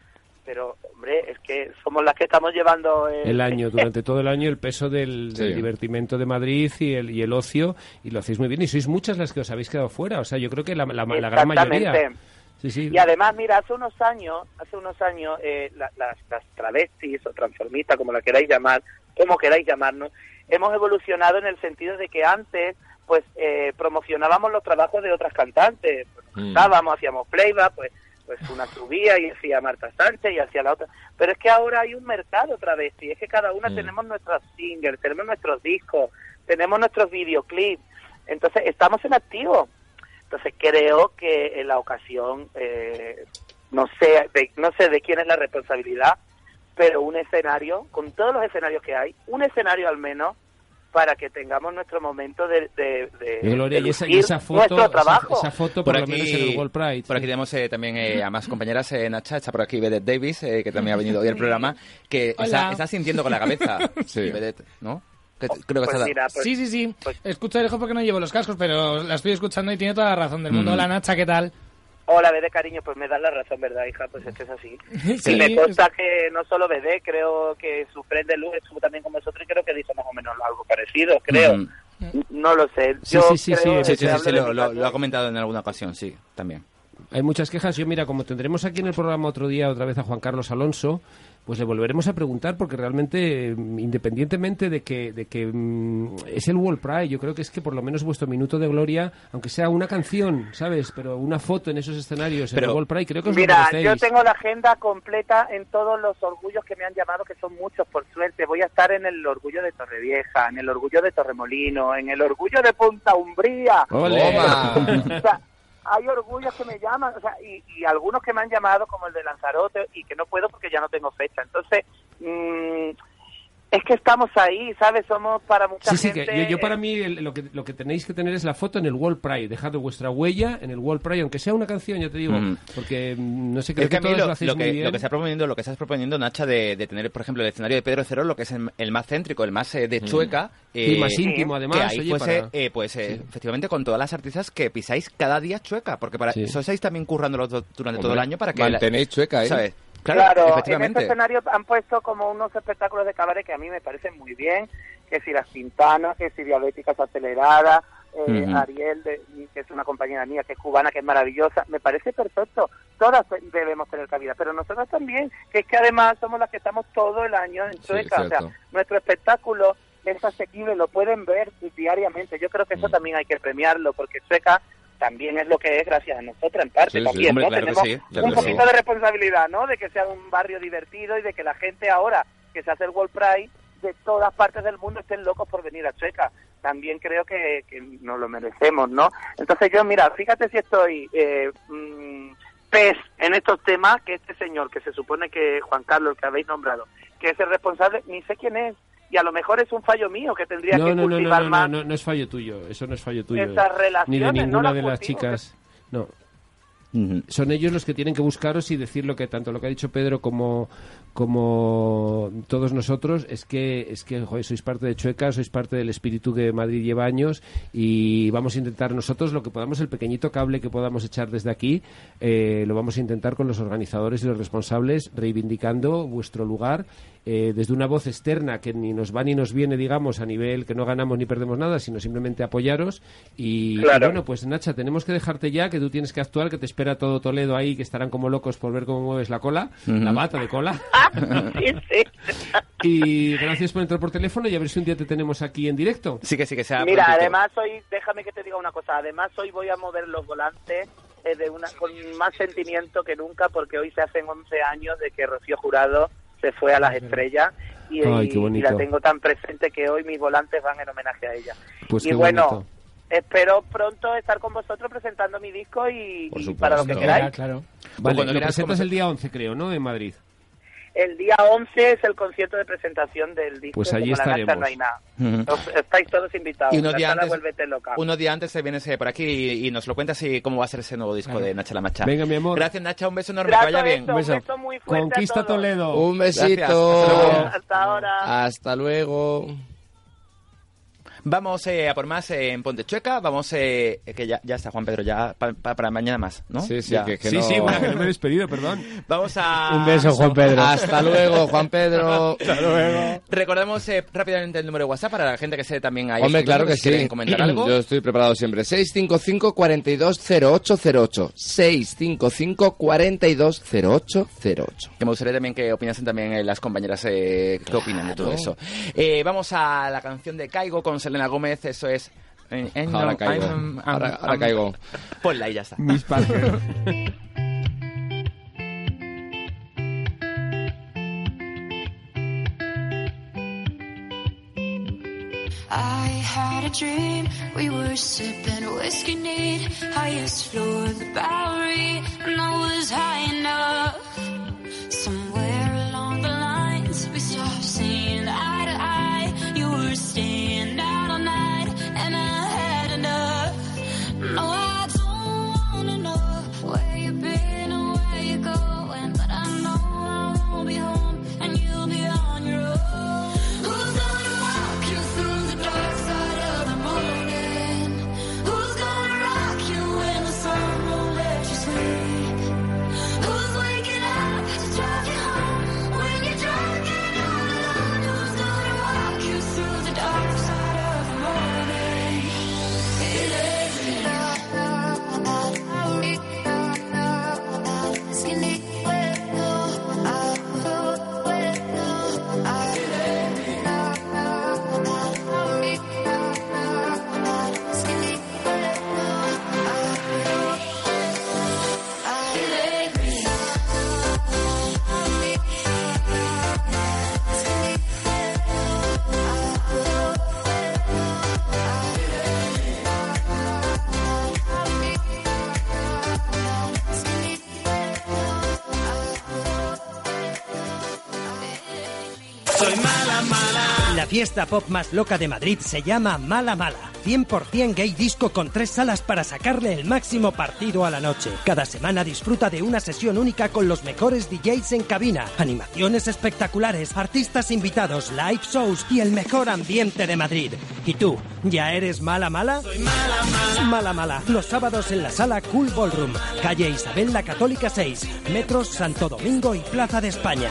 [SPEAKER 10] Pero, hombre, es que somos las que estamos llevando eh,
[SPEAKER 6] El año, durante todo el año, el peso del, del divertimento de Madrid y el, y el ocio, y lo hacéis muy bien. Y sois muchas las que os habéis quedado fuera, o sea, yo creo que la, la- la gran mayoría.
[SPEAKER 10] Exactamente.
[SPEAKER 6] Sí, sí.
[SPEAKER 10] Y además, mira, hace unos años, hace unos años, eh, la- las, las travestis o transformistas, como la queráis llamar, como queráis llamarnos, hemos evolucionado en el sentido de que antes, pues, eh, promocionábamos los trabajos de otras cantantes, Pues, nos
[SPEAKER 9] Mm.
[SPEAKER 10] juntábamos, hacíamos playback, pues, pues una subía y hacía Marta Sánchez y hacía la otra. Pero es que ahora hay un mercado travesti, es que cada una
[SPEAKER 9] Mm.
[SPEAKER 10] tenemos nuestros singles, tenemos nuestros discos, tenemos nuestros videoclips, entonces estamos en activo. Entonces creo que en la ocasión, eh, no, sé, de- no sé de quién es la responsabilidad, pero un escenario, con todos los escenarios que hay, un escenario al menos para que tengamos nuestro momento de, de, de-
[SPEAKER 6] Y Gloria,
[SPEAKER 10] de
[SPEAKER 6] y esa, y
[SPEAKER 10] lucir
[SPEAKER 6] esa foto,
[SPEAKER 10] nuestro
[SPEAKER 6] esa,
[SPEAKER 10] trabajo.
[SPEAKER 6] esa foto por, lo menos en el World Pride.
[SPEAKER 3] Por aquí tenemos eh, también eh, a más compañeras, eh, Nacha, está por aquí Vedette Davis, eh, que también ha venido hoy al programa, que
[SPEAKER 5] Hola.
[SPEAKER 3] está, está sintiendo con la cabeza, Vedette, ¿no? Que- creo que
[SPEAKER 10] Pues
[SPEAKER 3] está...
[SPEAKER 5] sí, sí, sí. Escucha lejos porque no llevo los cascos, pero la estoy escuchando y tiene toda la razón del mundo.
[SPEAKER 3] Mm.
[SPEAKER 5] Hola, Nacha, ¿qué tal?
[SPEAKER 10] Hola, Bede, cariño, pues me das la razón, ¿verdad, hija? Pues es que es así.
[SPEAKER 5] Sí.
[SPEAKER 10] Y me consta que no solo Bede, creo que su friend de luz estuvo también con nosotros y creo que dijo más o menos algo parecido, creo.
[SPEAKER 3] Mm.
[SPEAKER 10] No lo sé.
[SPEAKER 6] Sí,
[SPEAKER 10] Yo
[SPEAKER 6] sí, sí,
[SPEAKER 10] creo
[SPEAKER 3] Sí,
[SPEAKER 10] que
[SPEAKER 3] sí, sí,
[SPEAKER 10] hablo
[SPEAKER 3] sí,
[SPEAKER 10] de
[SPEAKER 3] lo,
[SPEAKER 10] mi
[SPEAKER 3] lo- lo ha comentado en alguna ocasión, sí, también.
[SPEAKER 6] Hay muchas quejas. Yo, mira, como tendremos aquí en el programa otro día otra vez a Juan Carlos Alonso, pues le volveremos a preguntar porque realmente, eh, independientemente de que, de que mm, es el World Pride, yo creo que es que por lo menos vuestro minuto de gloria, aunque sea una canción, ¿sabes? Pero una foto en esos escenarios, en
[SPEAKER 3] Pero-
[SPEAKER 6] el World Pride, creo que os lo
[SPEAKER 10] Mira,
[SPEAKER 6] merecéis.
[SPEAKER 10] yo tengo la agenda completa en todos los orgullos que me han llamado, que son muchos, por suerte. Voy a estar en el orgullo de Torrevieja, en el orgullo de Torremolino, en el orgullo de Punta Umbría.
[SPEAKER 9] ¡Ole!
[SPEAKER 10] O sea, hay orgullos que me llaman, o sea, y, y algunos que me han llamado, como el de Lanzarote, y que no puedo porque ya no tengo fecha. Entonces, mm, es que estamos ahí, ¿sabes? Somos para mucha
[SPEAKER 6] Sí, sí,
[SPEAKER 10] gente...
[SPEAKER 6] que yo, yo para mí el- lo, que, lo que tenéis que tener es la foto en el World Pride, dejad vuestra huella en el World Pride, aunque sea una canción, ya te digo,
[SPEAKER 3] Mm.
[SPEAKER 6] porque mm, no sé, creo
[SPEAKER 3] Creo que a
[SPEAKER 6] que
[SPEAKER 3] mí
[SPEAKER 6] todos lo,
[SPEAKER 3] lo,
[SPEAKER 6] hacéis
[SPEAKER 3] lo
[SPEAKER 6] muy
[SPEAKER 3] que,
[SPEAKER 6] bien.
[SPEAKER 3] lo que está proponiendo, lo que estás proponiendo, Nacha, de, de tener, por ejemplo, el escenario de Pedro Cerón, lo que es el, el más céntrico, el más eh, de chueca.
[SPEAKER 6] Mm.
[SPEAKER 3] eh,
[SPEAKER 6] Sí, más íntimo, además,
[SPEAKER 3] Que ahí
[SPEAKER 6] oye,
[SPEAKER 3] fuese,
[SPEAKER 6] para-
[SPEAKER 3] eh, pues, eh,
[SPEAKER 6] Sí.
[SPEAKER 3] efectivamente, con todas las artistas que pisáis cada día chueca, porque para
[SPEAKER 4] Sí.
[SPEAKER 3] eso estáis también currando durante todo el
[SPEAKER 4] Hombre,
[SPEAKER 3] año para que...
[SPEAKER 4] mantenéis Chueca, ¿eh?
[SPEAKER 3] ¿sabes? Claro,
[SPEAKER 10] Claro, en este
[SPEAKER 3] efectivamente.
[SPEAKER 10] escenario han puesto como unos espectáculos de cabaret que a mí me parecen muy bien, que si las Quintanas, que si Diabéticas Aceleradas, eh,
[SPEAKER 6] Mm-hmm.
[SPEAKER 9] Ujú.
[SPEAKER 10] Ariel, de- que es una compañera mía, que es cubana, que es maravillosa, me parece perfecto. Todas debemos tener cabida, pero nosotras también, que es que además somos las que estamos todo el año en Chueca, o sea,
[SPEAKER 9] cierto.
[SPEAKER 10] nuestro espectáculo es asequible, lo pueden ver diariamente. Yo creo que
[SPEAKER 9] Mm.
[SPEAKER 10] eso también hay que premiarlo, porque Chueca también es lo que es gracias a nosotras, en parte
[SPEAKER 9] Sí, sí,
[SPEAKER 10] también,
[SPEAKER 9] hombre,
[SPEAKER 10] ¿no?
[SPEAKER 9] claro que
[SPEAKER 10] Tenemos
[SPEAKER 9] sí, claro
[SPEAKER 10] un
[SPEAKER 9] que sí.
[SPEAKER 10] poquito de responsabilidad, ¿no? De que sea un barrio divertido y de que la gente ahora que se hace el World Pride de todas partes del mundo estén locos por venir a Chueca. También creo que, que nos lo merecemos, ¿no? Entonces yo, mira, fíjate si estoy eh, mm, pez en estos temas que este señor, que se supone que Juan Carlos, que habéis nombrado, que es el responsable, ni sé quién es. Y a lo mejor es un fallo mío que tendría
[SPEAKER 6] No,
[SPEAKER 10] que
[SPEAKER 6] no, no, no,
[SPEAKER 10] cultivar
[SPEAKER 6] no, no,
[SPEAKER 10] más.
[SPEAKER 6] no, no es fallo tuyo, eso no es fallo tuyo.
[SPEAKER 10] Esas
[SPEAKER 6] Ni de
[SPEAKER 10] relaciones, no
[SPEAKER 6] ninguna
[SPEAKER 10] las
[SPEAKER 6] de las
[SPEAKER 10] cultivo,
[SPEAKER 6] chicas. No. Son ellos los que tienen que buscaros y decir lo que tanto lo que ha dicho Pedro como, como todos nosotros es que es que joder, sois parte de Chueca, sois parte del espíritu que Madrid lleva años y vamos a intentar nosotros lo que podamos, el pequeñito cable que podamos echar desde aquí, eh, lo vamos a intentar con los organizadores y los responsables reivindicando vuestro lugar eh, desde una voz externa que ni nos va ni nos viene, digamos, a nivel que no ganamos ni perdemos nada, sino simplemente apoyaros. Y, y
[SPEAKER 10] Claro.
[SPEAKER 6] bueno, pues Nacha, tenemos que dejarte ya, que tú tienes que actuar, que te espera todo Toledo ahí, que estarán como locos por ver cómo mueves la cola, la bata de cola.
[SPEAKER 10] Ah,
[SPEAKER 6] y gracias por entrar por teléfono y a ver si un día te tenemos aquí en directo.
[SPEAKER 3] Sí, que sí, que sea.
[SPEAKER 10] Mira, además hoy, déjame que te diga una cosa, además hoy voy a mover los volantes eh, de una, con más sentimiento que nunca porque hoy se hacen 11 años de que Rocío Jurado se fue a las estrellas y,
[SPEAKER 6] Ay, qué
[SPEAKER 10] y
[SPEAKER 6] bonito.
[SPEAKER 10] la tengo tan presente que hoy mis volantes van en homenaje a ella.
[SPEAKER 6] Pues
[SPEAKER 10] y
[SPEAKER 6] qué
[SPEAKER 10] bueno,
[SPEAKER 6] bonito.
[SPEAKER 10] espero pronto estar con vosotros presentando mi disco y,
[SPEAKER 6] Por
[SPEAKER 10] y
[SPEAKER 6] supuesto.
[SPEAKER 10] para lo que queráis.
[SPEAKER 5] Claro.
[SPEAKER 6] Vale,
[SPEAKER 3] cuando
[SPEAKER 6] lo
[SPEAKER 3] quieras,
[SPEAKER 6] presentas
[SPEAKER 3] como-
[SPEAKER 6] el día 11, creo, ¿no? En Madrid.
[SPEAKER 10] El día 11 es el concierto de presentación del disco.
[SPEAKER 6] Pues
[SPEAKER 10] de
[SPEAKER 6] allí
[SPEAKER 10] Con la Gata
[SPEAKER 6] estaremos.
[SPEAKER 10] No hay nada.
[SPEAKER 3] Ujú.
[SPEAKER 10] Os- estáis todos invitados.
[SPEAKER 3] Y unos
[SPEAKER 10] La
[SPEAKER 3] días
[SPEAKER 10] sala
[SPEAKER 3] antes-
[SPEAKER 10] Vuélvete loca.
[SPEAKER 3] Unos días antes se vienes eh, por aquí y, y nos lo cuentas y cómo va a ser ese nuevo disco de Nacha la Macha.
[SPEAKER 6] Venga, mi amor.
[SPEAKER 3] Gracias, Nacha. Un beso enorme.
[SPEAKER 10] Trato
[SPEAKER 3] que vaya bien.
[SPEAKER 10] esto, un beso muy fuerte a
[SPEAKER 6] Conquista
[SPEAKER 10] todos.
[SPEAKER 6] Toledo.
[SPEAKER 4] Un
[SPEAKER 3] Gracias.
[SPEAKER 4] besito.
[SPEAKER 3] Hasta luego.
[SPEAKER 10] Hasta ahora.
[SPEAKER 11] Ah,
[SPEAKER 4] Hasta luego.
[SPEAKER 3] Vamos eh, a por más eh, en Pontechueca. Vamos, eh, que ya, ya está, Juan Pedro, ya pa- pa- para mañana más, ¿no?
[SPEAKER 4] Sí, sí,
[SPEAKER 3] Ya.
[SPEAKER 4] que- que
[SPEAKER 6] Sí,
[SPEAKER 4] no-
[SPEAKER 6] sí, bueno, que no me he despedido, perdón.
[SPEAKER 3] Vamos a.
[SPEAKER 5] Un beso, Juan Pedro.
[SPEAKER 4] Hasta luego, Juan Pedro.
[SPEAKER 3] Recordamos eh, rápidamente el número de WhatsApp para la gente que se también ahí.
[SPEAKER 4] Hombre,
[SPEAKER 3] escuchando,
[SPEAKER 4] claro que
[SPEAKER 3] si quieren
[SPEAKER 4] sí.
[SPEAKER 3] comentar algo.
[SPEAKER 4] Yo estoy preparado siempre. 655-420808. 655-420808.
[SPEAKER 3] Que me gustaría también que opinasen también eh, las compañeras eh, qué opinan de todo eso. Eh, vamos a la canción de Caigo con Selena Gómez. Eso es. eh, eh,
[SPEAKER 4] Ahora
[SPEAKER 3] no,
[SPEAKER 4] caigo.
[SPEAKER 3] I'm- I'm-
[SPEAKER 4] Ahora- ahora
[SPEAKER 3] I'm-
[SPEAKER 4] caigo.
[SPEAKER 3] Ponla y ya está.
[SPEAKER 6] Mis padres.
[SPEAKER 9] I had a dream. We were sipping whiskey neat, highest floor of the Bowery, and I was high enough. Somewhere along the lines, we stopped seeing eye to eye. You were staying out all night, and I had enough. No, Oh, I don't wanna know where you've been or where you're going, but I know I won't be home, and you'll be on your own. Who's gonna rock you through the dark side of the morning? Who's gonna rock you when the sun won't let you sleep? Who's waking up to drive you home when you're drunk and all alone? Who's gonna walk you through the dark side of the morning? It ain't me. Skinny with no, I don't with no, I it ain't me. Skinny with no, I don't it ain't me.
[SPEAKER 12] La fiesta pop más loca de Madrid se llama Mala Mala. 100% gay disco con tres salas para sacarle el máximo partido a la noche. Cada semana disfruta de una sesión única con los mejores DJs en cabina, animaciones espectaculares, artistas invitados, live shows y el mejor ambiente de Madrid. ¿Y tú, ya eres mala mala? Mala Mala, los sábados en la sala Cool Ballroom, calle Isabel la Católica 6, metros Santo Domingo y Plaza de España.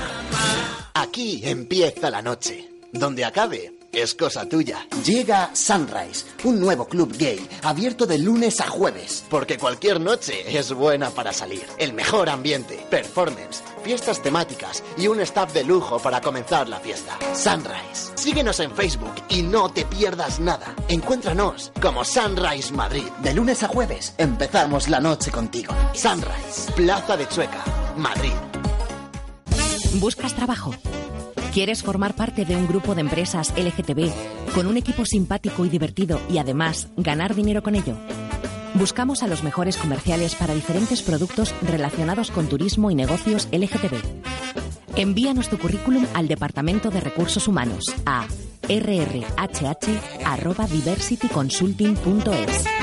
[SPEAKER 13] Aquí empieza la noche. Donde acabe es cosa tuya. Llega Sunrise, un nuevo club gay, abierto de lunes a jueves, porque cualquier noche es buena para salir. El mejor ambiente, performance, fiestas temáticas y un staff de lujo para comenzar la fiesta. Sunrise. Síguenos en Facebook y no te pierdas nada. Encuéntranos como Sunrise Madrid. De lunes a jueves empezamos la noche contigo. Sunrise, Plaza de Chueca, Madrid.
[SPEAKER 2] ¿Buscas trabajo? ¿Quieres formar parte de un grupo de empresas LGTB con un equipo simpático y divertido y además ganar dinero con ello? Buscamos a los mejores comerciales para diferentes productos relacionados con turismo y negocios LGTB. Envíanos tu currículum al Departamento de Recursos Humanos a rrhh@diversityconsulting.es.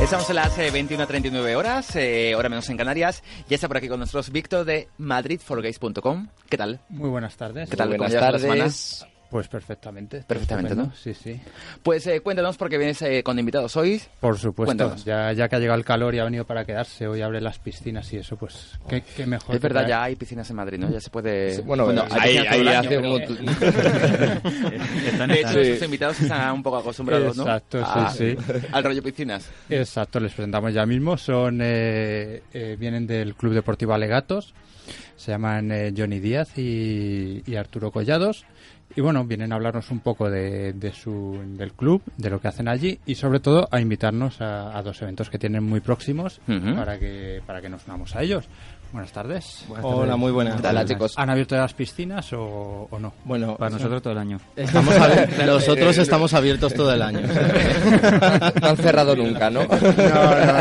[SPEAKER 3] Estamos en las eh, 21.39 horas, eh, hora menos en Canarias. Ya está por aquí con nosotros Víctor de madridforgays.com. ¿Qué tal?
[SPEAKER 14] Muy buenas tardes.
[SPEAKER 3] ¿Qué tal?
[SPEAKER 14] Muy
[SPEAKER 3] ¿Cómo
[SPEAKER 14] buenas
[SPEAKER 3] llevas la
[SPEAKER 14] tardes.
[SPEAKER 3] semana?
[SPEAKER 14] Pues perfectamente.
[SPEAKER 3] Perfectamente, ¿no?
[SPEAKER 14] Estupendo, Sí, sí.
[SPEAKER 3] Pues eh, cuéntanos porque vienes eh, con invitados hoy.
[SPEAKER 14] Por supuesto.
[SPEAKER 3] Cuéntanos.
[SPEAKER 14] Ya, ya que ha llegado el calor y ha venido para quedarse, hoy abre las piscinas y eso, pues qué, qué mejor.
[SPEAKER 3] Es verdad, ya hay piscinas en Madrid, ¿no? Ya se puede...
[SPEAKER 14] Sí, bueno, eh,
[SPEAKER 3] hay
[SPEAKER 14] ahí-
[SPEAKER 3] piscinas todo
[SPEAKER 14] ahí
[SPEAKER 3] el año,
[SPEAKER 14] hace
[SPEAKER 3] pero-
[SPEAKER 14] montón- Están-
[SPEAKER 3] De hecho,
[SPEAKER 14] están.
[SPEAKER 3] nuestros invitados están un poco acostumbrados, ¿no? Ah.
[SPEAKER 14] Exacto, sí,
[SPEAKER 3] A-
[SPEAKER 14] sí.
[SPEAKER 3] Al rollo piscinas.
[SPEAKER 14] Exacto, les presentamos ya mismo. Son eh, eh, vienen del Club Deportivo Alegatos. Se llaman eh, Johnny Díaz y, y Arturo Collados. Y bueno, vienen a hablarnos un poco de, de su, del club, de lo que hacen allí y sobre todo a invitarnos a, a dos eventos que tienen muy próximos
[SPEAKER 6] Ujú.
[SPEAKER 14] para, que, para que nos unamos a ellos. Buenas tardes.
[SPEAKER 6] Buenas tardes. Hola, muy buenas.
[SPEAKER 14] ¿Qué
[SPEAKER 6] Hola, chicos.
[SPEAKER 14] ¿Han abierto ya las piscinas o, o no?
[SPEAKER 6] Bueno,
[SPEAKER 15] Para nosotros todo el año.
[SPEAKER 6] Estamos abier- nosotros estamos abiertos todo el año. No han cerrado nunca, ¿no?
[SPEAKER 14] No,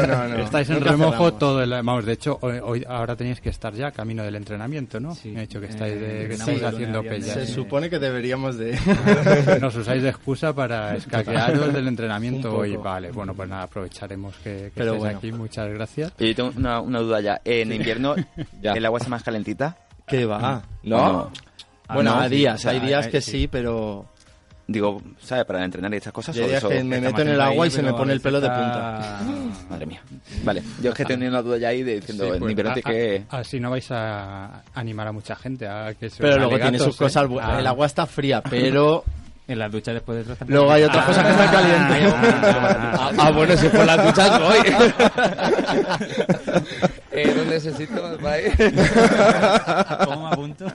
[SPEAKER 14] no, no. Estáis en
[SPEAKER 6] Nunca
[SPEAKER 14] remojo
[SPEAKER 6] cerramos.
[SPEAKER 14] todo el... Vamos, de hecho, hoy, hoy- ahora tenéis que estar ya camino del entrenamiento, ¿no? Me ha dicho
[SPEAKER 6] Eh,
[SPEAKER 14] que estáis, de- Eh, que estáis haciendo pellas.
[SPEAKER 6] Se
[SPEAKER 14] Sí.
[SPEAKER 6] supone que deberíamos de...
[SPEAKER 14] Nos usáis de excusa para escaquearos del
[SPEAKER 6] Un
[SPEAKER 14] entrenamiento
[SPEAKER 6] poco.
[SPEAKER 14] hoy. Vale, bueno, pues nada, aprovecharemos que, que
[SPEAKER 3] Pero
[SPEAKER 14] estáis
[SPEAKER 3] bueno.
[SPEAKER 14] aquí. Muchas gracias.
[SPEAKER 3] Y yo tengo una, una duda ya. En
[SPEAKER 14] Sí.
[SPEAKER 3] invierno, ¿el agua está más calentita?
[SPEAKER 6] ¿Qué va?
[SPEAKER 3] Ah, ¿No?
[SPEAKER 6] Ah, ¿No? Bueno,
[SPEAKER 3] Ah, no,
[SPEAKER 6] hay
[SPEAKER 3] sí.
[SPEAKER 6] días,
[SPEAKER 3] O sea,
[SPEAKER 6] hay días
[SPEAKER 3] hay-
[SPEAKER 6] que
[SPEAKER 3] sí.
[SPEAKER 6] sí, pero...
[SPEAKER 3] Digo, ¿sabes? Para entrenar y estas cosas.
[SPEAKER 6] Yo
[SPEAKER 3] o
[SPEAKER 6] diría
[SPEAKER 3] eso-
[SPEAKER 6] que me meto en el agua y se me pone el pelo de punta.
[SPEAKER 3] Madre mía. Vale, yo es que tenía una duda ya ahí de diciendo,
[SPEAKER 6] pues,
[SPEAKER 14] pues,
[SPEAKER 3] en invierno tienes que...
[SPEAKER 14] Así no vais a animar a mucha gente a que se
[SPEAKER 6] Pero
[SPEAKER 14] una
[SPEAKER 6] luego
[SPEAKER 14] de
[SPEAKER 6] tiene
[SPEAKER 14] gatos,
[SPEAKER 6] sus cosas
[SPEAKER 14] ¿eh?
[SPEAKER 6] bu-
[SPEAKER 14] Ah.
[SPEAKER 6] El agua está fría, pero...
[SPEAKER 15] En las duchas después de
[SPEAKER 6] Luego hay
[SPEAKER 14] Ah,
[SPEAKER 6] otras cosas que están calientes.
[SPEAKER 15] Ah, ah, bueno, si
[SPEAKER 6] por
[SPEAKER 15] fue las duchas, voy.
[SPEAKER 3] Eh, no necesito, bye.
[SPEAKER 15] ¿Cómo me apunto?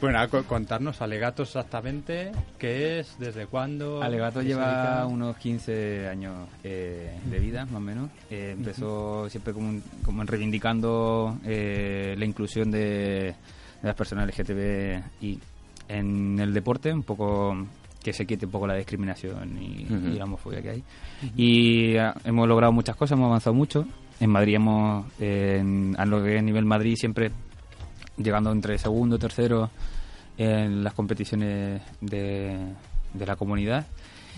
[SPEAKER 14] bueno, a co- contarnos Alegatos exactamente qué es, desde cuándo.
[SPEAKER 15] Alegato
[SPEAKER 14] qué se dedica.
[SPEAKER 15] lleva unos 15 años eh, de vida, más o menos. Eh, empezó siempre como, un- como en reivindicando eh, la inclusión de, de las personas LGTBI en el deporte, un poco que se quite un poco la discriminación y,
[SPEAKER 3] Ujú.
[SPEAKER 15] y la homofobia que hay. Y ah, hemos logrado muchas cosas, hemos avanzado mucho. En Madrid hemos, eh, en- a lo que es nivel Madrid, siempre llegando entre segundo, tercero en las competiciones de, de la comunidad.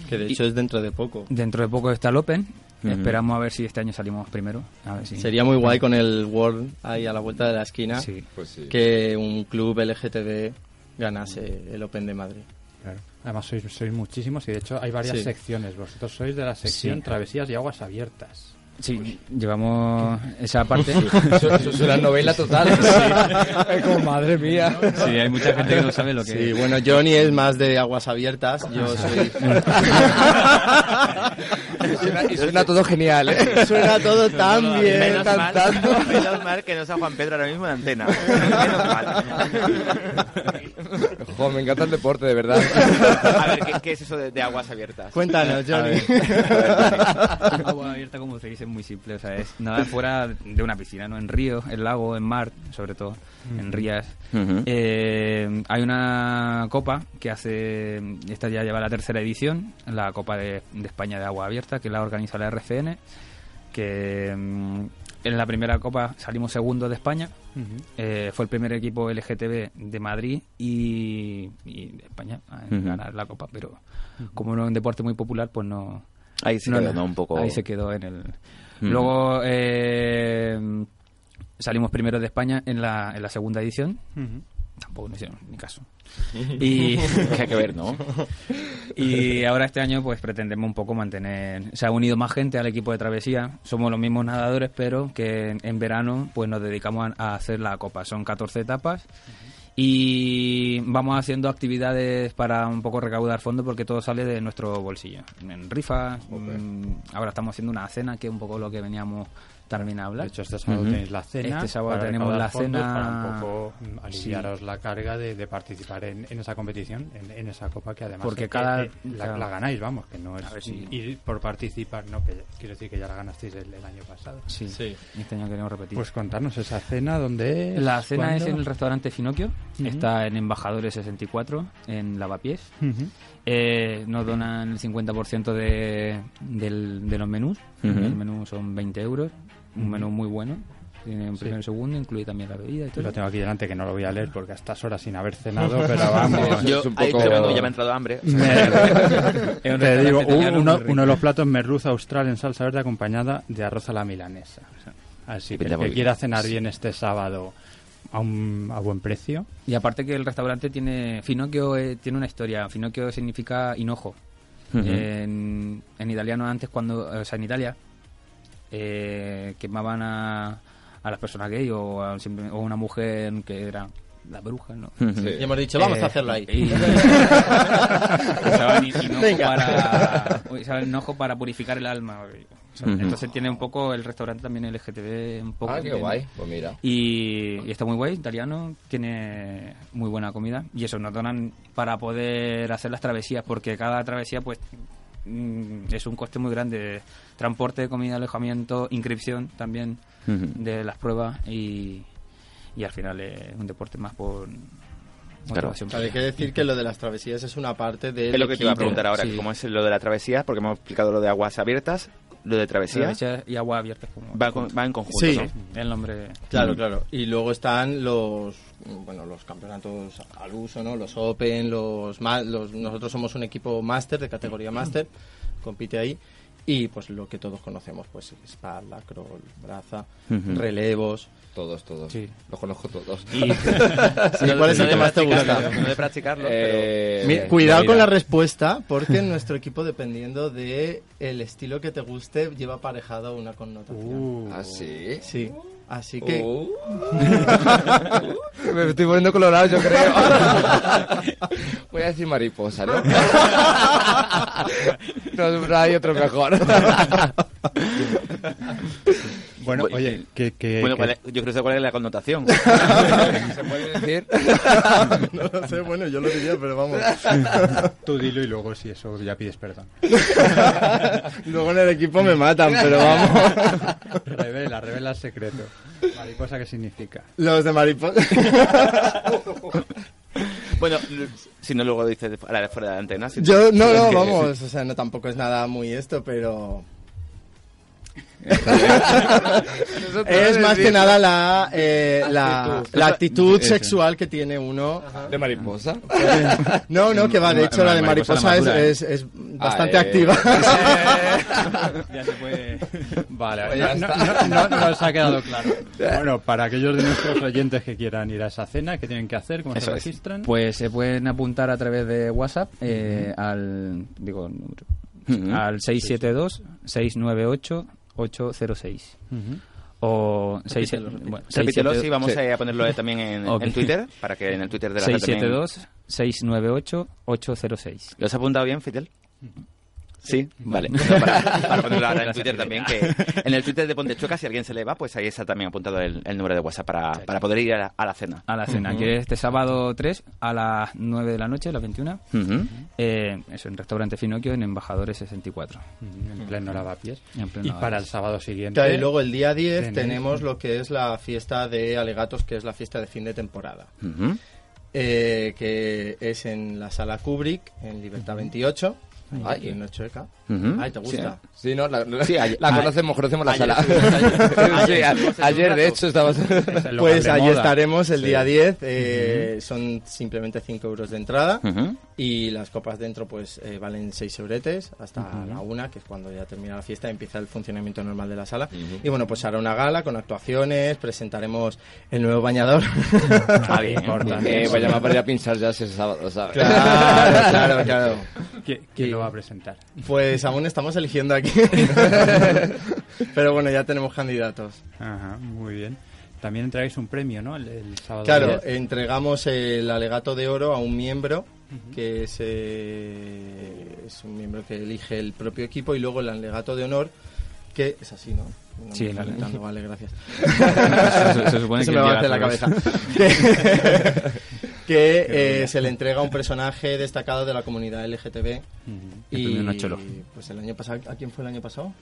[SPEAKER 6] Que de
[SPEAKER 15] Y
[SPEAKER 6] hecho es dentro de poco.
[SPEAKER 15] dentro de poco está el Open.
[SPEAKER 6] Ujú.
[SPEAKER 15] Esperamos a ver si este año salimos primero. A ver si-
[SPEAKER 6] Sería muy guay con el World ahí a la vuelta de la esquina
[SPEAKER 15] Sí.
[SPEAKER 14] pues
[SPEAKER 6] que un club LGTB ganase el Open de Madrid.
[SPEAKER 14] Claro. Además sois, sois muchísimos y de hecho hay varias
[SPEAKER 6] Sí.
[SPEAKER 14] secciones. Vosotros sois de la sección
[SPEAKER 15] Sí.
[SPEAKER 14] Travesías y Aguas Abiertas. Pues,
[SPEAKER 15] Sí, llevamos esa parte.
[SPEAKER 14] Eso- eso es una novela total.
[SPEAKER 15] Sí.
[SPEAKER 14] Como, madre mía.
[SPEAKER 15] Sí, hay mucha gente que no sabe lo que
[SPEAKER 6] Sí,
[SPEAKER 15] es. Ah,
[SPEAKER 6] bueno, Johnny es más de aguas abiertas, yo soy...
[SPEAKER 3] y suena todo genial, ¿eh?
[SPEAKER 6] Suena todo tan bien,
[SPEAKER 3] Menos
[SPEAKER 6] tan-
[SPEAKER 3] mal,
[SPEAKER 6] tanto.
[SPEAKER 3] menos mal que no sea Juan Pedro ahora mismo en antena. Menos mal.
[SPEAKER 16] Jo, me encanta el deporte, de verdad.
[SPEAKER 3] A ver, ¿qué, qué es eso de, de aguas abiertas?
[SPEAKER 15] A ver.
[SPEAKER 4] Ah,
[SPEAKER 15] Agua abierta, como se dice, es muy simple. O sea, es nada fuera de una piscina, ¿no? En río, en lago, en mar, sobre todo, en rías.
[SPEAKER 3] Ujú.
[SPEAKER 15] Eh, hay una copa que hace. Esta ya lleva la tercera edición, la Copa de, de España de Agua Abierta, que la organiza la RCN. Que mm, en la primera copa salimos segundos de España.
[SPEAKER 14] Ujú.
[SPEAKER 15] Eh, fue el primer equipo LGTB de Madrid y, y de España a
[SPEAKER 3] Ujú.
[SPEAKER 15] ganar la copa, pero como no es un deporte muy popular, pues no.
[SPEAKER 3] Ahí se quedó, ¿no? Un poco-
[SPEAKER 15] Ahí se quedó en el.
[SPEAKER 3] Ujú.
[SPEAKER 15] Luego eh, salimos primero de España en la, en la segunda edición.
[SPEAKER 14] Ujú.
[SPEAKER 15] Tampoco nos hicieron ni caso. Y.
[SPEAKER 3] Hay que ver, ¿no?
[SPEAKER 15] Y ahora este año, pues pretendemos un poco mantener. Se ha unido más gente al equipo de travesía. Somos los mismos nadadores, pero que en, en verano, pues nos dedicamos a, a hacer la copa. Son 14 etapas. Y vamos haciendo actividades para un poco recaudar fondos porque todo sale de nuestro bolsillo. En rifas, mm, ahora estamos haciendo una cena que es un poco lo que veníamos también a hablar.
[SPEAKER 14] De hecho, este sábado
[SPEAKER 15] Ujú.
[SPEAKER 14] tenéis la cena.
[SPEAKER 15] Este sábado
[SPEAKER 14] para
[SPEAKER 15] tenemos
[SPEAKER 14] recaudar
[SPEAKER 15] la
[SPEAKER 14] fondos
[SPEAKER 15] cena.
[SPEAKER 14] Para un poco mm,
[SPEAKER 15] Sí.
[SPEAKER 14] aliviaros la carga de, de participar en, en esa competición, en, en esa copa que además
[SPEAKER 15] Porque
[SPEAKER 14] eh,
[SPEAKER 15] cada-
[SPEAKER 14] eh, la,
[SPEAKER 15] claro.
[SPEAKER 14] la ganáis, vamos, que no es
[SPEAKER 15] A ver si-
[SPEAKER 14] ir por participar, no, que quiero decir que ya la ganasteis el, el año pasado.
[SPEAKER 15] Sí. Y Este año queremos repetir.
[SPEAKER 14] Pues contarnos esa cena, ¿dónde es?
[SPEAKER 15] La cena es en
[SPEAKER 14] ¿Cuándo?
[SPEAKER 15] el restaurante Finocchio,
[SPEAKER 14] Ujú.
[SPEAKER 15] está en Embajadores 64, en Lavapiés.
[SPEAKER 14] Ujú.
[SPEAKER 15] Eh, nos donan el 50% de, del- de los menús,
[SPEAKER 3] Ujú.
[SPEAKER 15] el menú son 20 euros, un menú muy bueno. Tiene un primero y segundo, incluye también la bebida y todo.
[SPEAKER 14] Lo tengo aquí delante que no lo voy a leer porque a estas horas sin haber cenado, pero vamos.
[SPEAKER 3] Yo
[SPEAKER 14] es un
[SPEAKER 3] ahí
[SPEAKER 14] poco-
[SPEAKER 3] tremendo, ya me ha entrado hambre.
[SPEAKER 14] Me-
[SPEAKER 3] Es un
[SPEAKER 14] Te digo,
[SPEAKER 3] restaurante italiano
[SPEAKER 14] uno,
[SPEAKER 3] muy rico.
[SPEAKER 14] uno de los platos merluza austral en salsa verde acompañada de arroz a la milanesa. Así que
[SPEAKER 15] Pinta
[SPEAKER 14] el
[SPEAKER 15] muy
[SPEAKER 14] que
[SPEAKER 15] bien.
[SPEAKER 14] quiera cenar bien este sábado a, un, a buen precio.
[SPEAKER 15] Y aparte que el restaurante tiene Finocchio eh, tiene una historia. Finocchio significa hinojo.
[SPEAKER 14] Ujú.
[SPEAKER 15] en, en italiano antes cuando o sea en Italia eh, quemaban a, a las personas gay o a siempre- o una mujer que era la bruja, ¿no? Eh,
[SPEAKER 3] Ujú. Sí.
[SPEAKER 16] Y hemos dicho, vamos a hacerlo ahí.
[SPEAKER 15] y- usaban hi- hinojo
[SPEAKER 16] Venga.
[SPEAKER 15] para usaban hinojo para purificar el alma. O sea,
[SPEAKER 3] Ujú.
[SPEAKER 15] Entonces tiene un poco el restaurante también LGTB un poco
[SPEAKER 16] Ah, qué
[SPEAKER 15] tiene-
[SPEAKER 16] guay. Pues mira.
[SPEAKER 15] y, y está muy guay, italiano, tiene muy buena comida. Y eso, nos donan para poder hacer las travesías, porque cada travesía, pues, mm, es un coste muy grande. Transporte, comida, alojamiento, inscripción también
[SPEAKER 3] Ujú.
[SPEAKER 15] de las pruebas y, y al final es un deporte más por... motivación
[SPEAKER 16] Claro, hay que
[SPEAKER 15] propia.
[SPEAKER 16] decir que lo de las travesías es una parte de.
[SPEAKER 3] Es lo que te iba a preguntar ahora, que cómo es lo de la travesía, porque hemos explicado lo de aguas abiertas, lo de travesía.
[SPEAKER 15] Travesías y agua abierta. Como...
[SPEAKER 3] Va, con- va en conjunto,
[SPEAKER 16] Sí.
[SPEAKER 3] ¿no?
[SPEAKER 15] El nombre...
[SPEAKER 16] Claro,
[SPEAKER 3] Mm.
[SPEAKER 16] claro. Y luego están los mm, bueno, los campeonatos al uso, ¿no? Los Open, los, ma- los nosotros somos un equipo máster de categoría máster, compite ahí y pues lo que todos conocemos, pues espalda, crawl, braza,
[SPEAKER 3] Ujú.
[SPEAKER 16] Mm. relevos,
[SPEAKER 11] todos, todos.
[SPEAKER 15] Sí.
[SPEAKER 11] Los conozco todos.
[SPEAKER 16] Y- Sí, ¿cuál es el
[SPEAKER 3] de
[SPEAKER 16] que más te gusta?
[SPEAKER 3] practicarlo, No de practicarlo,
[SPEAKER 11] Eh,
[SPEAKER 3] pero...
[SPEAKER 16] Mi- cuidado con la respuesta, porque en nuestro equipo, dependiendo de el estilo que te guste, lleva aparejado una connotación.
[SPEAKER 11] ¿Ah, sí?
[SPEAKER 16] Sí. Así que.
[SPEAKER 11] Uh.
[SPEAKER 16] Me
[SPEAKER 11] Me estoy poniendo colorado, yo creo. Voy a decir mariposa, ¿no? no, pero hay otro mejor.
[SPEAKER 14] Bueno,
[SPEAKER 3] Bu-
[SPEAKER 14] oye, que- que-
[SPEAKER 3] bueno,
[SPEAKER 14] que-
[SPEAKER 3] ¿cuál es- yo creo que cuál es la connotación.
[SPEAKER 14] ¿Se puede decir?
[SPEAKER 16] no lo sé, bueno, yo lo diría, pero vamos.
[SPEAKER 14] Tú dilo y luego si eso ya pides perdón.
[SPEAKER 16] Luego en el equipo me matan, pero vamos.
[SPEAKER 14] Revela, revela el secreto. Mariposa, ¿qué significa?
[SPEAKER 16] Los de mariposa.
[SPEAKER 3] bueno, si no luego dices a la fuera de la antena. si-
[SPEAKER 16] Yo,
[SPEAKER 3] si
[SPEAKER 16] no,
[SPEAKER 3] es
[SPEAKER 16] no,
[SPEAKER 3] que-
[SPEAKER 16] vamos, o sea, no tampoco es nada muy esto, pero... es más que nada la, eh, la,
[SPEAKER 11] Actitud.
[SPEAKER 16] la actitud
[SPEAKER 11] Eso.
[SPEAKER 16] sexual que tiene uno.
[SPEAKER 11] ¿De mariposa?
[SPEAKER 16] No, no, que va, de hecho, la de mariposa es,
[SPEAKER 11] madura.
[SPEAKER 16] es, es bastante
[SPEAKER 11] Ah, eh.
[SPEAKER 16] activa.
[SPEAKER 15] Ya se puede...
[SPEAKER 14] Vale,
[SPEAKER 15] Pues
[SPEAKER 14] no,
[SPEAKER 15] ya
[SPEAKER 14] no,
[SPEAKER 15] está.
[SPEAKER 14] no- no- no os ha quedado claro. Bueno, para aquellos de nuestros oyentes que quieran ir a esa cena, ¿qué tienen que hacer? ¿Cómo se
[SPEAKER 15] Eso es.
[SPEAKER 14] registran?
[SPEAKER 15] Pues se pueden apuntar a través de WhatsApp eh, al digo número,
[SPEAKER 14] Ujú.
[SPEAKER 15] al 672 698 806.
[SPEAKER 14] Ujú.
[SPEAKER 15] O seis-
[SPEAKER 3] Repítelo, repítelo.
[SPEAKER 15] bueno,
[SPEAKER 3] Repítelo,
[SPEAKER 15] 672
[SPEAKER 3] sí, vamos
[SPEAKER 15] sí.
[SPEAKER 3] a ponerlo también en-
[SPEAKER 15] Ok.
[SPEAKER 3] en Twitter, para que en el Twitter de la gente también-
[SPEAKER 15] 672 698 806.
[SPEAKER 3] ¿Lo has apuntado bien, Fidel? Sí, vale. No, para, para ponerlo ahora en Twitter también, que en el Twitter de Pontechuca, si alguien se le va, pues ahí está también apuntado el, el número de WhatsApp para, para poder ir a la, a la cena.
[SPEAKER 15] A la cena,
[SPEAKER 3] Ujú.
[SPEAKER 15] que es este sábado 3 a las 9 de la noche, las 21.
[SPEAKER 3] Ujú.
[SPEAKER 15] Eh, eso, en Restaurante Finocchio, en Embajadores 64.
[SPEAKER 14] En pleno lavapiés.
[SPEAKER 15] En pleno
[SPEAKER 14] Y para
[SPEAKER 15] lavapiés.
[SPEAKER 14] el sábado siguiente.
[SPEAKER 16] Claro, y luego el día 10
[SPEAKER 14] tenéis-
[SPEAKER 16] tenemos lo que es la fiesta de alegatos, que es la fiesta de fin de temporada.
[SPEAKER 3] Ujú.
[SPEAKER 16] eh, que es en la sala Kubrick, en Libertad 28,
[SPEAKER 11] Ay.
[SPEAKER 16] aquí en Nocheca.
[SPEAKER 11] Ujú.
[SPEAKER 16] Ay, ¿te gusta?
[SPEAKER 11] Sí, sí, no, la, la-
[SPEAKER 16] Sí, ayer-
[SPEAKER 11] la
[SPEAKER 16] ayer-
[SPEAKER 11] conocemos, conocemos la
[SPEAKER 16] ayer
[SPEAKER 11] sala.
[SPEAKER 16] estuvimos allí.
[SPEAKER 11] Sí,
[SPEAKER 16] Ayer
[SPEAKER 11] a-
[SPEAKER 16] estuvimos hace
[SPEAKER 11] ayer,
[SPEAKER 16] un
[SPEAKER 11] de
[SPEAKER 16] rato.
[SPEAKER 11] hecho, estábamos...
[SPEAKER 16] Pues allí estaremos el día 10. eh, Son simplemente 5 euros de entrada.
[SPEAKER 11] Ujú.
[SPEAKER 16] Y las copas dentro pues eh, valen 6 euretes hasta
[SPEAKER 11] Ujú.
[SPEAKER 16] la una, que es cuando ya termina la fiesta y empieza el funcionamiento normal de la sala. Y bueno, pues hará una gala con actuaciones. Presentaremos el nuevo bañador.
[SPEAKER 11] Ah, bien. Eh, voy a llamar para ir a pinchar ya si es sábado, ¿sabes?
[SPEAKER 16] Claro, claro, claro.
[SPEAKER 14] ¿Qui- ¿Quién lo va a presentar?
[SPEAKER 16] Pues aún estamos eligiendo aquí. Pero bueno, ya tenemos candidatos.
[SPEAKER 14] Ajá, muy bien. También entregáis un premio, ¿no? El, el sábado.
[SPEAKER 16] Claro,
[SPEAKER 14] 10.
[SPEAKER 16] entregamos el alegato de oro a un miembro, que es, eh, es un miembro que elige el propio equipo, y luego el alegato de honor, que es así, ¿no? No
[SPEAKER 15] Sí, el
[SPEAKER 16] me estoy
[SPEAKER 15] alegato.
[SPEAKER 16] inventando, Vale, gracias.
[SPEAKER 15] Se- se supone
[SPEAKER 16] Se
[SPEAKER 15] que
[SPEAKER 16] me va
[SPEAKER 15] llega
[SPEAKER 16] a hacer la
[SPEAKER 15] al revés.
[SPEAKER 16] cabeza. que que, eh, se le entrega a un personaje destacado de la comunidad LGTB.
[SPEAKER 15] Ujú. El
[SPEAKER 16] Y
[SPEAKER 15] premio Nacho Lo.
[SPEAKER 16] pues el año pasado, ¿a quién fue el año pasado?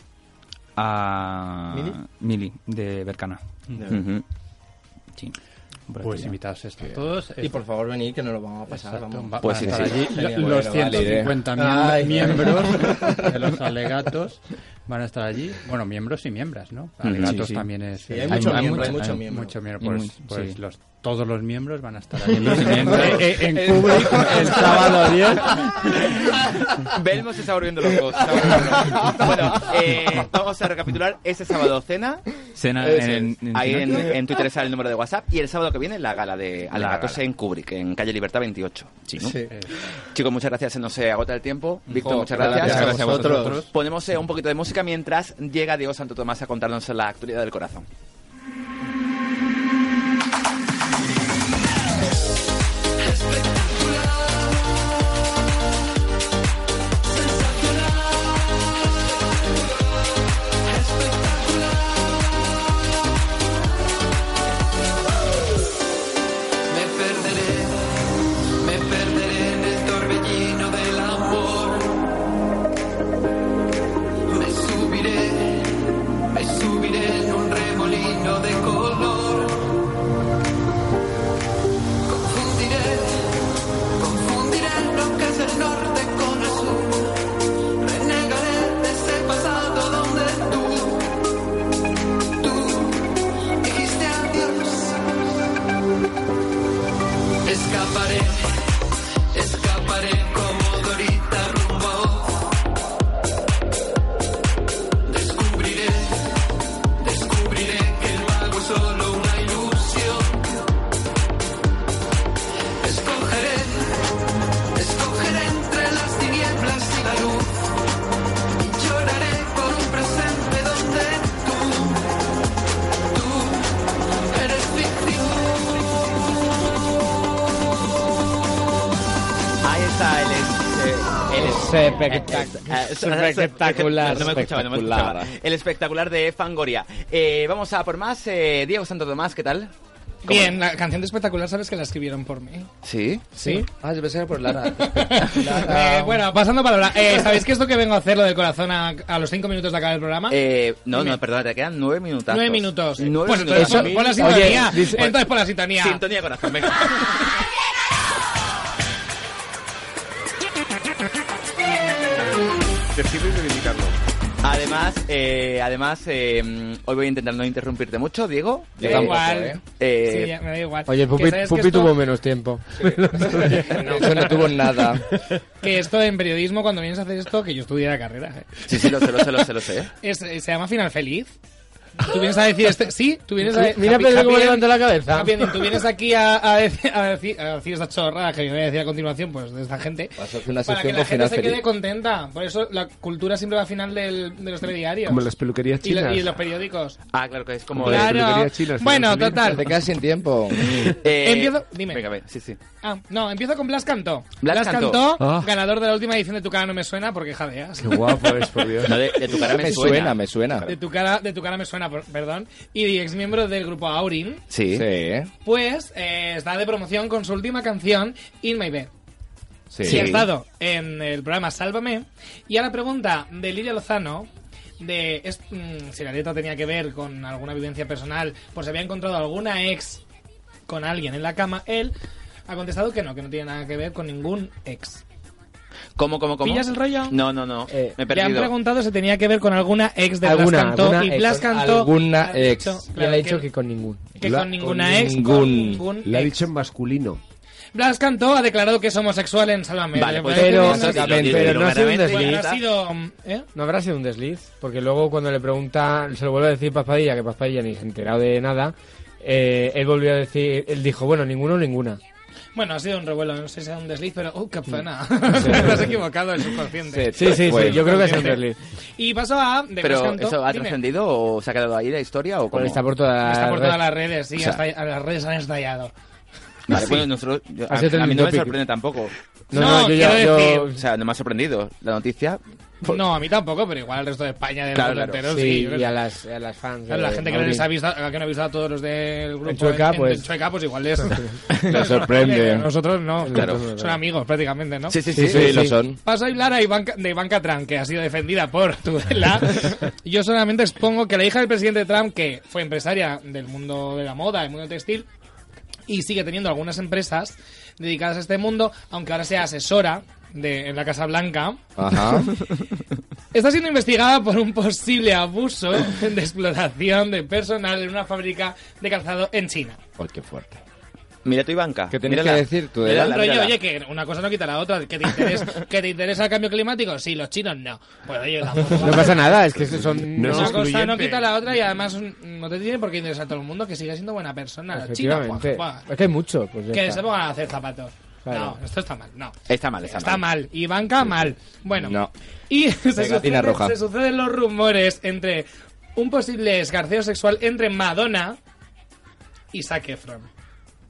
[SPEAKER 15] A
[SPEAKER 16] ¿Mili?
[SPEAKER 15] Mili, Ah, de Bercana.
[SPEAKER 16] De Bercana.
[SPEAKER 15] Sí.
[SPEAKER 14] Pues invitados están
[SPEAKER 16] Que-
[SPEAKER 14] todos. este-
[SPEAKER 16] Y por favor venid, que nos lo vamos a pasar.
[SPEAKER 14] Exacto,
[SPEAKER 16] vamos.
[SPEAKER 14] va- Pues van a sí, estar sí. allí Genial. los 150 miemb-
[SPEAKER 16] Ay.
[SPEAKER 14] miembros de los alegatos van a estar allí. Bueno, miembros y miembras, ¿no?
[SPEAKER 15] Mm,
[SPEAKER 14] Alegatos
[SPEAKER 15] sí, sí.
[SPEAKER 14] también es...
[SPEAKER 15] Sí, hay mucho miembro,
[SPEAKER 14] mucha-
[SPEAKER 15] hay mucho
[SPEAKER 14] hay
[SPEAKER 15] miembro.
[SPEAKER 14] mucho
[SPEAKER 15] Y
[SPEAKER 14] Pues,
[SPEAKER 15] muy-
[SPEAKER 14] pues
[SPEAKER 15] sí.
[SPEAKER 14] los- todos los miembros van a estar allí.
[SPEAKER 15] Miembros y miembras.
[SPEAKER 14] Eh, eh, en público el sábado 10.
[SPEAKER 3] Belmos se está volviendo loco. se está volviendo loco. Bueno, eh, vamos a recapitular. Este sábado cena.
[SPEAKER 15] Cena
[SPEAKER 3] Eso
[SPEAKER 15] en-
[SPEAKER 3] es.
[SPEAKER 15] en-
[SPEAKER 3] Ahí en, en Twitter está el número de WhatsApp. Y el sábado que viene la gala de Alegatos en Kubrick, en Calle Libertad 28. Sí, ¿no?
[SPEAKER 16] Sí.
[SPEAKER 3] Eh, Chicos, muchas gracias. Se nos eh, agota el tiempo. Víctor,
[SPEAKER 16] Jo,
[SPEAKER 3] muchas
[SPEAKER 16] gracias.
[SPEAKER 3] gracias.
[SPEAKER 16] Gracias a vosotros.
[SPEAKER 3] Ponemos eh, un poquito de música mientras llega Diego Santo Tomás a contarnos la actualidad del corazón.
[SPEAKER 17] Me perderé, me perderé en el torbellino del amor. Me subiré, me subiré en un remolino de color. Confundiré, confundiré lo que es el norte con el sur. Renegaré de ese pasado donde tú, tú dijiste adiós. Escaparé, escaparé como Dorita rumbo a Oz. Descubriré, descubriré que el mago es solo una ilusión. Escogeré, escogeré entre las tinieblas y la luz. Y lloraré por un presente donde tú, tú eres
[SPEAKER 3] Ahí está él es, eh, él es-
[SPEAKER 18] Espectac-
[SPEAKER 3] eh, es-
[SPEAKER 18] espectacular,
[SPEAKER 3] No me escuchaba, no me
[SPEAKER 18] espectacular.
[SPEAKER 3] escuchaba. El espectacular de Fangoria. Eh, vamos a por más. eh, Diego Santo Tomás, ¿qué tal? ¿Cómo-
[SPEAKER 5] Bien, la canción de espectacular, ¿sabes que la escribieron por mí?
[SPEAKER 3] ¿Sí?
[SPEAKER 5] Sí.
[SPEAKER 11] Ah, yo pensé que por Lara.
[SPEAKER 5] Eh, bueno, pasando palabra. Eh, ¿Sabéis que esto que vengo a hacer, lo del corazón, a, a los cinco minutos de acabar el programa?
[SPEAKER 3] Eh, no,
[SPEAKER 5] Dime.
[SPEAKER 3] no, perdona, te quedan nueve minutazos.
[SPEAKER 5] Nueve minutos.
[SPEAKER 3] Nueve
[SPEAKER 5] pues entonces
[SPEAKER 3] minutazos.
[SPEAKER 5] pon, pon la sintonía. entonces pon la sintonía.
[SPEAKER 3] Sintonía corazón, venga. Decido reivindicarlo. Además, eh, además eh, mm, hoy voy a intentar no interrumpirte mucho, Diego.
[SPEAKER 11] Yo
[SPEAKER 3] Eh,
[SPEAKER 11] tampoco,
[SPEAKER 5] Igual.
[SPEAKER 3] eh,
[SPEAKER 5] Sí, ya, me da igual.
[SPEAKER 11] Oye,
[SPEAKER 5] Que
[SPEAKER 11] Pupi,
[SPEAKER 5] sabes que
[SPEAKER 11] Pupi
[SPEAKER 5] esto-
[SPEAKER 11] tuvo menos tiempo. Eso no tuvo nada.
[SPEAKER 5] Que esto en periodismo, cuando vienes a hacer esto, que yo estudié la carrera. eh.
[SPEAKER 3] Sí, sí, lo sé, lo sé, lo sé, lo sé.
[SPEAKER 5] Es- eh, se llama final feliz. Tú vienes a decir este, sí, tú vienes a
[SPEAKER 11] Mi- mira
[SPEAKER 5] happy-
[SPEAKER 11] Pedro
[SPEAKER 5] happy
[SPEAKER 11] cómo
[SPEAKER 5] end-
[SPEAKER 11] levanta la cabeza.
[SPEAKER 5] happy ending. Tú vienes aquí a, a decir, a, decir, a decir esta chorrada que yo voy a decir a continuación, pues de esta gente.
[SPEAKER 11] Vas a hacer una
[SPEAKER 5] Para que
[SPEAKER 11] sección
[SPEAKER 5] la
[SPEAKER 11] con
[SPEAKER 5] gente
[SPEAKER 11] final
[SPEAKER 5] se quede
[SPEAKER 11] feliz.
[SPEAKER 5] contenta. Por eso la cultura siempre va al final del- de los telediarios.
[SPEAKER 11] Como las peluquerías
[SPEAKER 5] Y la-
[SPEAKER 11] chinas.
[SPEAKER 5] Y, los periódicos.
[SPEAKER 3] Ah, claro que es como...
[SPEAKER 5] Claro. Peluquería china, Bueno, final feliz. total.
[SPEAKER 11] Te quedas sin tiempo.
[SPEAKER 5] Empiezo- dime.
[SPEAKER 3] Eh, Venga, a ver, sí, sí.
[SPEAKER 5] Ah, no, empiezo con Blas Cantó.
[SPEAKER 3] Blas Cantó. Ah.
[SPEAKER 5] ganador de la última edición de Tu cara no me suena porque ¿eh? jadeas.
[SPEAKER 11] es, por Dios.
[SPEAKER 3] No, de, de tu cara me,
[SPEAKER 11] Me suena, me suena.
[SPEAKER 5] De tu cara, de tu cara me suena, por- perdón. Y ex miembro del grupo Aurin,
[SPEAKER 3] Sí.
[SPEAKER 5] pues eh, está de promoción con su última canción, In My Bed.
[SPEAKER 11] Sí.
[SPEAKER 5] Y ha estado en el programa Sálvame. Y a la pregunta de Lidia Lozano, de es- mm, si la dieta tenía que ver con alguna vivencia personal, por si había encontrado alguna ex con alguien en la cama, él ha contestado que no, que no tiene nada que ver con ningún ex.
[SPEAKER 3] ¿Cómo, cómo, cómo?
[SPEAKER 5] ¿Pillas el rollo?
[SPEAKER 3] No, no, no. me he
[SPEAKER 5] Le han
[SPEAKER 3] perdido.
[SPEAKER 5] preguntado si tenía que ver con alguna ex de
[SPEAKER 11] Alguna,
[SPEAKER 5] Blas Cantó
[SPEAKER 11] alguna
[SPEAKER 5] y
[SPEAKER 11] ex,
[SPEAKER 5] Blas
[SPEAKER 11] con
[SPEAKER 5] Cantó
[SPEAKER 11] alguna
[SPEAKER 5] ha
[SPEAKER 11] ex.
[SPEAKER 5] dicho,
[SPEAKER 11] Y
[SPEAKER 5] claro,
[SPEAKER 6] ha dicho
[SPEAKER 5] que-
[SPEAKER 6] que con ningún.
[SPEAKER 5] que
[SPEAKER 6] La-
[SPEAKER 5] con ninguna ex,
[SPEAKER 6] ningún.
[SPEAKER 5] con ningún
[SPEAKER 6] Le ha
[SPEAKER 5] ex.
[SPEAKER 6] dicho en masculino.
[SPEAKER 5] Blas Cantó ha declarado que es homosexual en Sálvame.
[SPEAKER 6] Vale,
[SPEAKER 5] Le
[SPEAKER 6] pues
[SPEAKER 5] parece
[SPEAKER 6] pero-
[SPEAKER 5] bien, ¿no?
[SPEAKER 6] exactamente,
[SPEAKER 5] Bueno,
[SPEAKER 6] pero no ha sido un
[SPEAKER 5] bueno,
[SPEAKER 6] desliz.
[SPEAKER 5] ha sido, mm, ¿eh?
[SPEAKER 6] No habrá sido un desliz, porque luego cuando le pregunta, se lo vuelve a decir Paspadilla, que Paspadilla ni se ha enterado de nada, eh, él volvió a decir, él dijo, bueno, ninguno, ninguna.
[SPEAKER 5] Bueno, ha sido un revuelo, no sé si sea un desliz, pero ¡uh, qué pena! Te has equivocado, el subconsciente.
[SPEAKER 6] Sí, sí, sí,
[SPEAKER 11] Pues,
[SPEAKER 3] Bueno.
[SPEAKER 6] yo creo que es un desliz.
[SPEAKER 5] Y paso a... De Blas
[SPEAKER 3] ¿Pero
[SPEAKER 5] Cantó.
[SPEAKER 3] eso ha
[SPEAKER 5] Dime.
[SPEAKER 3] trascendido o se ha quedado ahí la historia o cómo?
[SPEAKER 6] está por toda-
[SPEAKER 5] Está por
[SPEAKER 6] Red.
[SPEAKER 5] todas las redes, sí,
[SPEAKER 3] O sea,
[SPEAKER 5] hasta- a las redes han estallado.
[SPEAKER 3] Vale,
[SPEAKER 5] Sí.
[SPEAKER 3] bueno, nosotros, yo- a,
[SPEAKER 5] Ha sido
[SPEAKER 3] a mí no me
[SPEAKER 5] trending
[SPEAKER 3] sorprende tampoco.
[SPEAKER 5] No, No, no, yo ya- quiero yo- decir-
[SPEAKER 3] O sea, no me ha sorprendido la noticia.
[SPEAKER 5] No, a mí tampoco, pero igual al resto de España, del
[SPEAKER 3] Claro,
[SPEAKER 5] mundo
[SPEAKER 3] claro.
[SPEAKER 5] entero,
[SPEAKER 3] Sí,
[SPEAKER 5] sí. yo creo
[SPEAKER 6] Y
[SPEAKER 5] que-
[SPEAKER 6] a las, a las fans.
[SPEAKER 5] Claro, la gente que no,
[SPEAKER 6] Mauri.
[SPEAKER 5] les ha visto, que no ha visto a todos los del grupo
[SPEAKER 6] Chueca,
[SPEAKER 5] en- en
[SPEAKER 6] pues-
[SPEAKER 5] Chueca, pues igual les...
[SPEAKER 6] Les sorprende.
[SPEAKER 5] Nosotros no,
[SPEAKER 6] Claro.
[SPEAKER 5] son amigos prácticamente, ¿no?
[SPEAKER 6] Sí, sí, sí. Sí, sí, lo son.
[SPEAKER 5] Paso a hablar a Iván, Ca- de Iván Catrán, que ha sido defendida por Tudela. Yo solamente expongo que la hija del presidente Trump, que fue empresaria del mundo de la moda, del mundo textil, y sigue teniendo algunas empresas dedicadas a este mundo, aunque ahora sea asesora de, en la Casa Blanca.
[SPEAKER 11] Ajá.
[SPEAKER 5] Está siendo investigada por un posible abuso de explotación de personal en una fábrica de calzado en China.
[SPEAKER 11] Ay, qué fuerte.
[SPEAKER 3] Mira tu Ivanka. ¿Qué
[SPEAKER 11] tenías que decir tú de
[SPEAKER 5] Mira el
[SPEAKER 11] la-
[SPEAKER 5] rollo,
[SPEAKER 11] mírala.
[SPEAKER 5] oye, que una cosa no quita la otra. ¿Que te, interesa, ¿Que te interesa el cambio climático? Sí, los chinos no. Pues oye, la
[SPEAKER 4] No pasa nada, es que esos son...
[SPEAKER 5] una
[SPEAKER 4] no-
[SPEAKER 5] cosa no quita la otra y además mm, no te tiene por qué interesar todo el mundo que siga siendo buena persona. Los chinos, guau,
[SPEAKER 4] Efectivamente.
[SPEAKER 5] guau.
[SPEAKER 4] Es que hay mucho. Pues ya
[SPEAKER 5] que
[SPEAKER 4] está.
[SPEAKER 5] se pongan a hacer zapatos.
[SPEAKER 4] Claro.
[SPEAKER 5] No, esto está mal, no.
[SPEAKER 3] Está mal, está,
[SPEAKER 5] Está mal. Y banca mal. Bueno.
[SPEAKER 3] No.
[SPEAKER 5] Y se,
[SPEAKER 3] Pegatina
[SPEAKER 5] suceden-
[SPEAKER 3] roja.
[SPEAKER 5] se suceden los rumores entre un posible escarceo sexual entre Madonna y Zac Efron.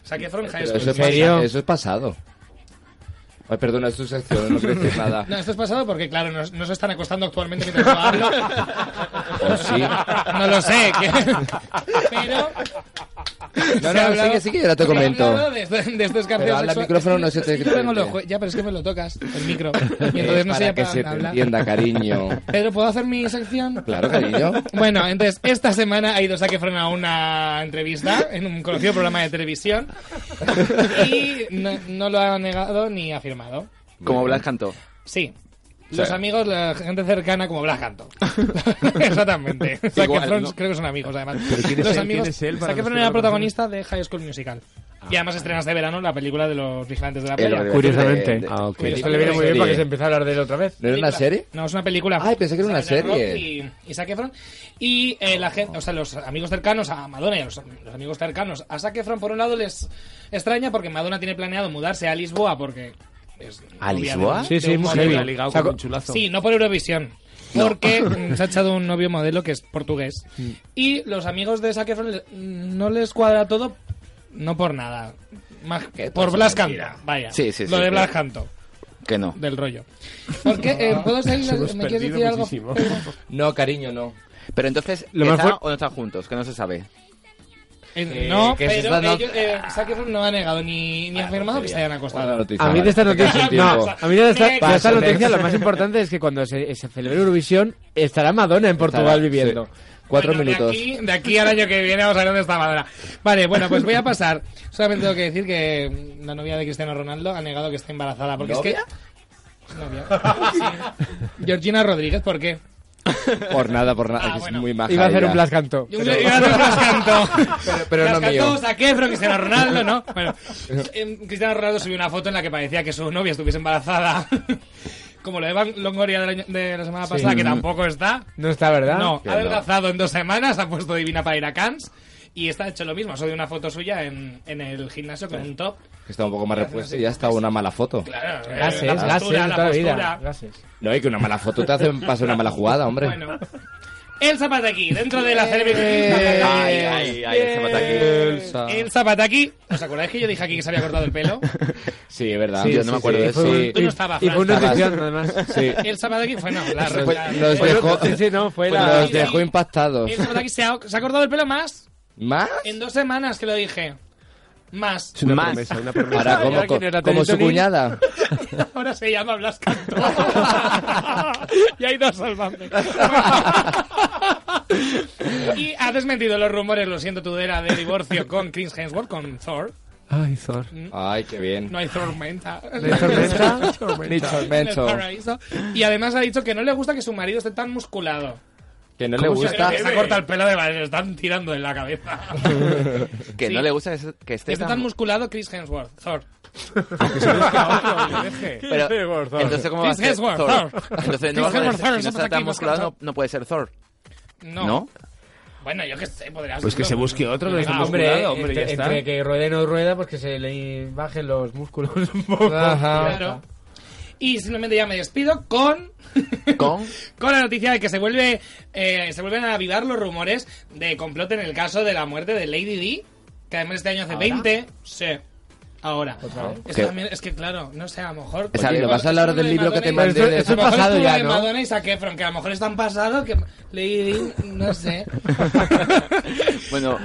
[SPEAKER 5] Zac Efron High
[SPEAKER 11] Pero
[SPEAKER 5] School.
[SPEAKER 11] eso, es pasa- eso es pasado. Ay, perdona, es tu sección, no quiero decir nada.
[SPEAKER 5] No, esto es pasado porque, claro, no, no se están acostando actualmente mientras yo hablo.
[SPEAKER 11] ¿O Oh, Pues sí?
[SPEAKER 5] No lo sé. que- Pero...
[SPEAKER 11] No,
[SPEAKER 5] se ha
[SPEAKER 11] no,
[SPEAKER 5] hablado-
[SPEAKER 11] sigue, sigue, ahora te
[SPEAKER 5] se ha
[SPEAKER 11] comento.
[SPEAKER 5] hablado De, este- de este escarceo
[SPEAKER 11] Pero habla al
[SPEAKER 5] sexual.
[SPEAKER 11] micrófono, no se te-
[SPEAKER 5] Es que yo tengo los jue- Ya, pero es que me lo tocas, el micro. Y entonces
[SPEAKER 11] Eh,
[SPEAKER 5] no
[SPEAKER 11] para
[SPEAKER 5] sé ya
[SPEAKER 11] que
[SPEAKER 5] para
[SPEAKER 11] se te
[SPEAKER 5] hablar.
[SPEAKER 11] entienda, cariño.
[SPEAKER 5] Pedro, ¿puedo hacer mi sección?
[SPEAKER 11] Claro, cariño.
[SPEAKER 5] Bueno, entonces, esta semana ha ido Zac Efron a una entrevista en un conocido programa de televisión y no, no lo ha negado ni afirmado.
[SPEAKER 3] Como Blas cantó.
[SPEAKER 5] Sí.
[SPEAKER 3] Sí.
[SPEAKER 5] Los amigos, la gente cercana como Blas Canto. Exactamente. Zac
[SPEAKER 3] Igual,
[SPEAKER 5] Efron
[SPEAKER 3] ¿no?
[SPEAKER 5] creo que son amigos, además.
[SPEAKER 3] Pero ¿quién es
[SPEAKER 5] Los
[SPEAKER 3] él?
[SPEAKER 5] amigos,
[SPEAKER 3] ¿Quién es él para
[SPEAKER 5] Zac
[SPEAKER 3] los
[SPEAKER 5] Efron
[SPEAKER 3] que no
[SPEAKER 5] era
[SPEAKER 3] lo Ah,
[SPEAKER 5] protagonista de High School Musical. y además estrenas de verano la película de los vigilantes de la
[SPEAKER 11] El
[SPEAKER 5] playa.
[SPEAKER 11] de- de- de-
[SPEAKER 5] Ah, ok.
[SPEAKER 11] de-
[SPEAKER 5] Esto le viene muy bien para que se
[SPEAKER 11] serie.
[SPEAKER 5] empiece a hablar de él otra vez.
[SPEAKER 11] ¿No era una
[SPEAKER 5] Película.
[SPEAKER 11] serie?
[SPEAKER 5] No, es una película.
[SPEAKER 11] Ay, pensé que era una
[SPEAKER 5] Sabrina
[SPEAKER 11] serie.
[SPEAKER 5] Rock Y, y Zac Efron. Y eh, la gente, o sea, los amigos cercanos a Madonna y a los, los amigos cercanos a Zac Efron, por un lado, les extraña porque Madonna tiene planeado mudarse a Lisboa porque... es
[SPEAKER 11] ¿A
[SPEAKER 5] novia de
[SPEAKER 11] Lisboa?
[SPEAKER 5] un-
[SPEAKER 11] Sí,
[SPEAKER 5] de
[SPEAKER 11] sí,
[SPEAKER 5] un
[SPEAKER 11] muy
[SPEAKER 5] modelo.
[SPEAKER 11] heavy. Ha ligado con un chulazo.
[SPEAKER 5] Sí, no por Eurovisión. Porque mm, se ha echado un novio modelo que es portugués. Y los amigos de Zac Efron le- no les cuadra todo, no por nada. Más que por
[SPEAKER 3] pasa,
[SPEAKER 5] Blas Canto,
[SPEAKER 3] mentira.
[SPEAKER 5] vaya.
[SPEAKER 3] Sí, sí, sí,
[SPEAKER 5] Lo de
[SPEAKER 3] que-
[SPEAKER 5] Blas Canto,
[SPEAKER 3] Que no.
[SPEAKER 5] del rollo. Porque, eh, ¿puedo seguir? ¿Me quieres decir algo?
[SPEAKER 11] No, cariño, no.
[SPEAKER 3] Pero entonces,
[SPEAKER 11] Lo más
[SPEAKER 3] ¿están
[SPEAKER 11] fu-
[SPEAKER 3] o no están juntos? Que no se sabe.
[SPEAKER 5] Eh,
[SPEAKER 3] Eh,
[SPEAKER 5] no,
[SPEAKER 3] que se
[SPEAKER 5] pero
[SPEAKER 3] están-
[SPEAKER 5] ellos, eh, Zac Efron no ha negado ni,
[SPEAKER 3] Ah,
[SPEAKER 5] ni afirmado que se hayan acostado.
[SPEAKER 4] A mí de esta noticia, no, a mí de esta, de esta
[SPEAKER 5] Paso,
[SPEAKER 4] noticia
[SPEAKER 5] next.
[SPEAKER 4] lo más importante es que cuando se, se celebre Eurovisión estará Madonna en Portugal
[SPEAKER 5] Estará,
[SPEAKER 4] viviendo.
[SPEAKER 5] Bueno, De aquí, de aquí al año que viene vamos a ver dónde está Madonna. Vale, bueno, pues voy a pasar. Solamente tengo que decir que la novia de Cristiano Ronaldo ha negado que está embarazada. Porque
[SPEAKER 11] ¿Novia?
[SPEAKER 5] es que. Novia. Sí. Georgina Rodríguez, ¿por qué?
[SPEAKER 11] Por nada, por nada.
[SPEAKER 5] Ah,
[SPEAKER 11] es
[SPEAKER 5] bueno.
[SPEAKER 11] muy maja.
[SPEAKER 4] Iba a hacer
[SPEAKER 11] ella.
[SPEAKER 4] un Blas Cantó.
[SPEAKER 5] Yo le- yo le las canto.
[SPEAKER 11] Pero- pero
[SPEAKER 5] Las
[SPEAKER 11] no
[SPEAKER 5] canto,
[SPEAKER 11] mío.
[SPEAKER 5] saqué, pero Cristiano Ronaldo, ¿no? Bueno, em, Cristiano Ronaldo subió una foto en la que parecía que su novia estuviese embarazada. Como lo de Van Longoria del año- de, la semana pasada, que tampoco está.
[SPEAKER 4] No está, ¿verdad?
[SPEAKER 5] No,
[SPEAKER 4] Que
[SPEAKER 5] ha adelgazado en dos semanas, ha puesto divina para ir a Cannes. Y está hecho lo mismo, ha subido una foto suya en, en el gimnasio con un top.
[SPEAKER 11] Que Está un poco más repuesto y ya está una mala foto.
[SPEAKER 5] Claro, eh,
[SPEAKER 4] Gases,
[SPEAKER 5] la
[SPEAKER 4] gases,
[SPEAKER 5] postura, la
[SPEAKER 4] toda la vida.
[SPEAKER 5] postura.
[SPEAKER 4] Gases.
[SPEAKER 11] No, y que una mala foto te hace pasar una mala jugada, hombre.
[SPEAKER 5] Bueno. El Zapataki, dentro de la
[SPEAKER 11] Eh,
[SPEAKER 5] celebración.
[SPEAKER 11] ay, ay, ay, el Zapataki. Elsa.
[SPEAKER 5] El Zapataki. ¿Os acordáis que yo dije aquí que se había cortado el pelo?
[SPEAKER 11] Sí, es verdad.
[SPEAKER 4] Sí,
[SPEAKER 11] Yo
[SPEAKER 4] sí,
[SPEAKER 11] no me acuerdo
[SPEAKER 4] sí,
[SPEAKER 11] de
[SPEAKER 4] fue
[SPEAKER 11] eso.
[SPEAKER 4] un-
[SPEAKER 11] Sí.
[SPEAKER 5] Tú no estabas,
[SPEAKER 4] Y fue una
[SPEAKER 11] Estabas.
[SPEAKER 4] notición, además.
[SPEAKER 11] Sí.
[SPEAKER 5] El Zapataki fue no, la,
[SPEAKER 11] Fue-
[SPEAKER 5] la-
[SPEAKER 11] nos
[SPEAKER 5] el-
[SPEAKER 11] dejó,
[SPEAKER 4] Sí, sí, no, fue
[SPEAKER 5] la-
[SPEAKER 11] nos dejó impactados.
[SPEAKER 5] El Zapataki se ha, se ha cortado el pelo más
[SPEAKER 4] ¿Ah?
[SPEAKER 11] ¿Más?
[SPEAKER 5] en dos semanas que lo dije. Más.
[SPEAKER 4] Es una promesa, una promesa.
[SPEAKER 11] Ahora,
[SPEAKER 4] ¿Y
[SPEAKER 11] como,
[SPEAKER 4] ahora quién era,
[SPEAKER 11] como su
[SPEAKER 4] Teletoni?
[SPEAKER 11] cuñada.
[SPEAKER 5] Ahora se llama Blas Cantó. y hay dos salvando. y ha desmentido los rumores, lo siento, Tudera, de divorcio con Chris Hemsworth, con Thor.
[SPEAKER 4] Ay, Thor.
[SPEAKER 11] Ay, qué bien.
[SPEAKER 5] Mm. No hay tormenta.
[SPEAKER 4] No hay tormenta. Ni tormento.
[SPEAKER 5] En el paraíso. Y además ha dicho que no le gusta que su marido esté tan musculado.
[SPEAKER 11] Que no le gusta.
[SPEAKER 5] Se, corta el pelo de madre, le están tirando en la cabeza.
[SPEAKER 3] Que
[SPEAKER 5] Sí.
[SPEAKER 3] no le gusta que se- que esté
[SPEAKER 5] Está tan musculado Chris Hemsworth, Thor.
[SPEAKER 3] Ah, Pero, entonces, ¿cómo va a
[SPEAKER 5] Chris
[SPEAKER 3] ser
[SPEAKER 5] Hemsworth,
[SPEAKER 3] Thor?
[SPEAKER 5] Thor.
[SPEAKER 3] Entonces, no
[SPEAKER 5] Chris
[SPEAKER 3] va a poder
[SPEAKER 5] Hemsworth,
[SPEAKER 3] ser-
[SPEAKER 5] Thor,
[SPEAKER 3] si no
[SPEAKER 5] nosotros
[SPEAKER 3] está
[SPEAKER 5] aquí
[SPEAKER 3] tan
[SPEAKER 5] hemos
[SPEAKER 3] musculado, no,
[SPEAKER 5] cantado.
[SPEAKER 3] no puede ser Thor.
[SPEAKER 5] No.
[SPEAKER 3] ¿No?
[SPEAKER 5] Bueno, yo qué sé, podría ser.
[SPEAKER 3] Pues que
[SPEAKER 5] Thor.
[SPEAKER 3] se busque otro que esté
[SPEAKER 5] Ah,
[SPEAKER 4] Hombre,
[SPEAKER 3] musculado, hombre,
[SPEAKER 4] entre,
[SPEAKER 3] ya está.
[SPEAKER 4] entre que ruede no rueda, pues que se le bajen los músculos un poco.
[SPEAKER 5] Claro. Y simplemente ya me despido con.
[SPEAKER 3] ¿Con?
[SPEAKER 5] con la noticia de que se vuelve eh, se vuelven a avivar los rumores de complot en el caso de la muerte de Lady Di, que además este año hace
[SPEAKER 11] ¿Ahora?
[SPEAKER 5] 20. Sí. Ahora. Es, que
[SPEAKER 11] ¿Qué?
[SPEAKER 5] también- es que claro, no sé, a lo mejor.
[SPEAKER 11] Es algo, vas a hablar del libro que te mandé
[SPEAKER 5] mandé
[SPEAKER 11] de-
[SPEAKER 5] a lo
[SPEAKER 11] Eso es
[SPEAKER 5] mejor
[SPEAKER 11] pasado
[SPEAKER 5] es
[SPEAKER 11] ya,
[SPEAKER 5] de
[SPEAKER 11] ¿no?
[SPEAKER 5] Madonna y Zac Efron, que a lo mejor es tan pasado que Lady Di, no sé.
[SPEAKER 3] Bueno,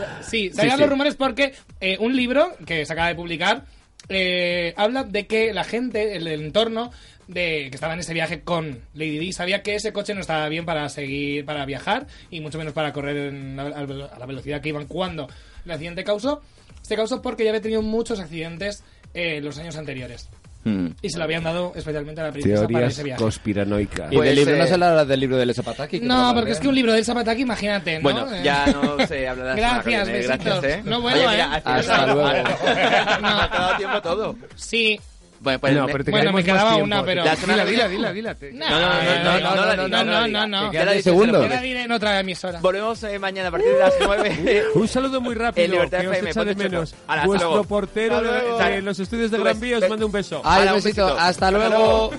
[SPEAKER 3] Sí,
[SPEAKER 5] Sí, salían
[SPEAKER 3] sí.
[SPEAKER 5] los rumores porque eh, un libro que se acaba de publicar eh, habla de que la gente, el entorno, de que estaba en ese viaje con Lady Di sabía que ese coche no estaba bien para seguir, para viajar y mucho menos para correr en la- a la velocidad que iban cuando el accidente causó. Se causó porque ya había tenido muchos accidentes eh, los años anteriores.
[SPEAKER 3] Hmm.
[SPEAKER 6] Hmm.
[SPEAKER 5] Y se lo habían dado especialmente a la princesa para
[SPEAKER 6] Teorías
[SPEAKER 5] ese viaje.
[SPEAKER 6] conspiranoicas.
[SPEAKER 3] Y del libro no se habla del libro de Elsa Pataki.
[SPEAKER 5] Pues, eh, No, porque es que un libro del Zapataki, imagínate, ¿no? eh.
[SPEAKER 3] Bueno, ya
[SPEAKER 5] no
[SPEAKER 19] se hablará
[SPEAKER 3] la semana que
[SPEAKER 5] Gracias,
[SPEAKER 3] viene.
[SPEAKER 5] besitos.
[SPEAKER 3] Gracias, ¿eh?
[SPEAKER 5] No vuelvo,
[SPEAKER 3] Oye, mira,
[SPEAKER 5] ¿eh?
[SPEAKER 3] al final-
[SPEAKER 5] No.
[SPEAKER 3] tiempo todo.
[SPEAKER 5] Sí.
[SPEAKER 3] Bueno, pues
[SPEAKER 5] No,
[SPEAKER 3] me-
[SPEAKER 5] pero te Bueno, me queremos quedaba más tiempo. una, pero-
[SPEAKER 3] La semana que
[SPEAKER 5] Dila,
[SPEAKER 3] viene-
[SPEAKER 5] dila, dila, dila,
[SPEAKER 3] No, no, no, no, no, no, no,
[SPEAKER 5] No, no, no,
[SPEAKER 3] no.
[SPEAKER 5] no.
[SPEAKER 3] Ya la dices,
[SPEAKER 5] segundo.
[SPEAKER 3] se lo
[SPEAKER 5] Ya la
[SPEAKER 3] pones.
[SPEAKER 5] diré en otra emisora.
[SPEAKER 9] Volvemos mañana a partir de las 9.
[SPEAKER 6] Un saludo muy rápido.
[SPEAKER 9] El Libertad
[SPEAKER 6] que os
[SPEAKER 9] FM,
[SPEAKER 6] echa de
[SPEAKER 9] ponte chulo.
[SPEAKER 6] menos.
[SPEAKER 9] Ahora, hasta
[SPEAKER 6] Vuestro
[SPEAKER 9] luego.
[SPEAKER 6] portero
[SPEAKER 9] Hasta
[SPEAKER 6] de,
[SPEAKER 9] luego.
[SPEAKER 6] de los estudios de
[SPEAKER 9] Tú
[SPEAKER 6] Gran
[SPEAKER 9] ves-
[SPEAKER 6] Vía os
[SPEAKER 9] ves-
[SPEAKER 6] manda un beso.
[SPEAKER 9] Ay, Ahora, un besito. besito.
[SPEAKER 3] Hasta luego.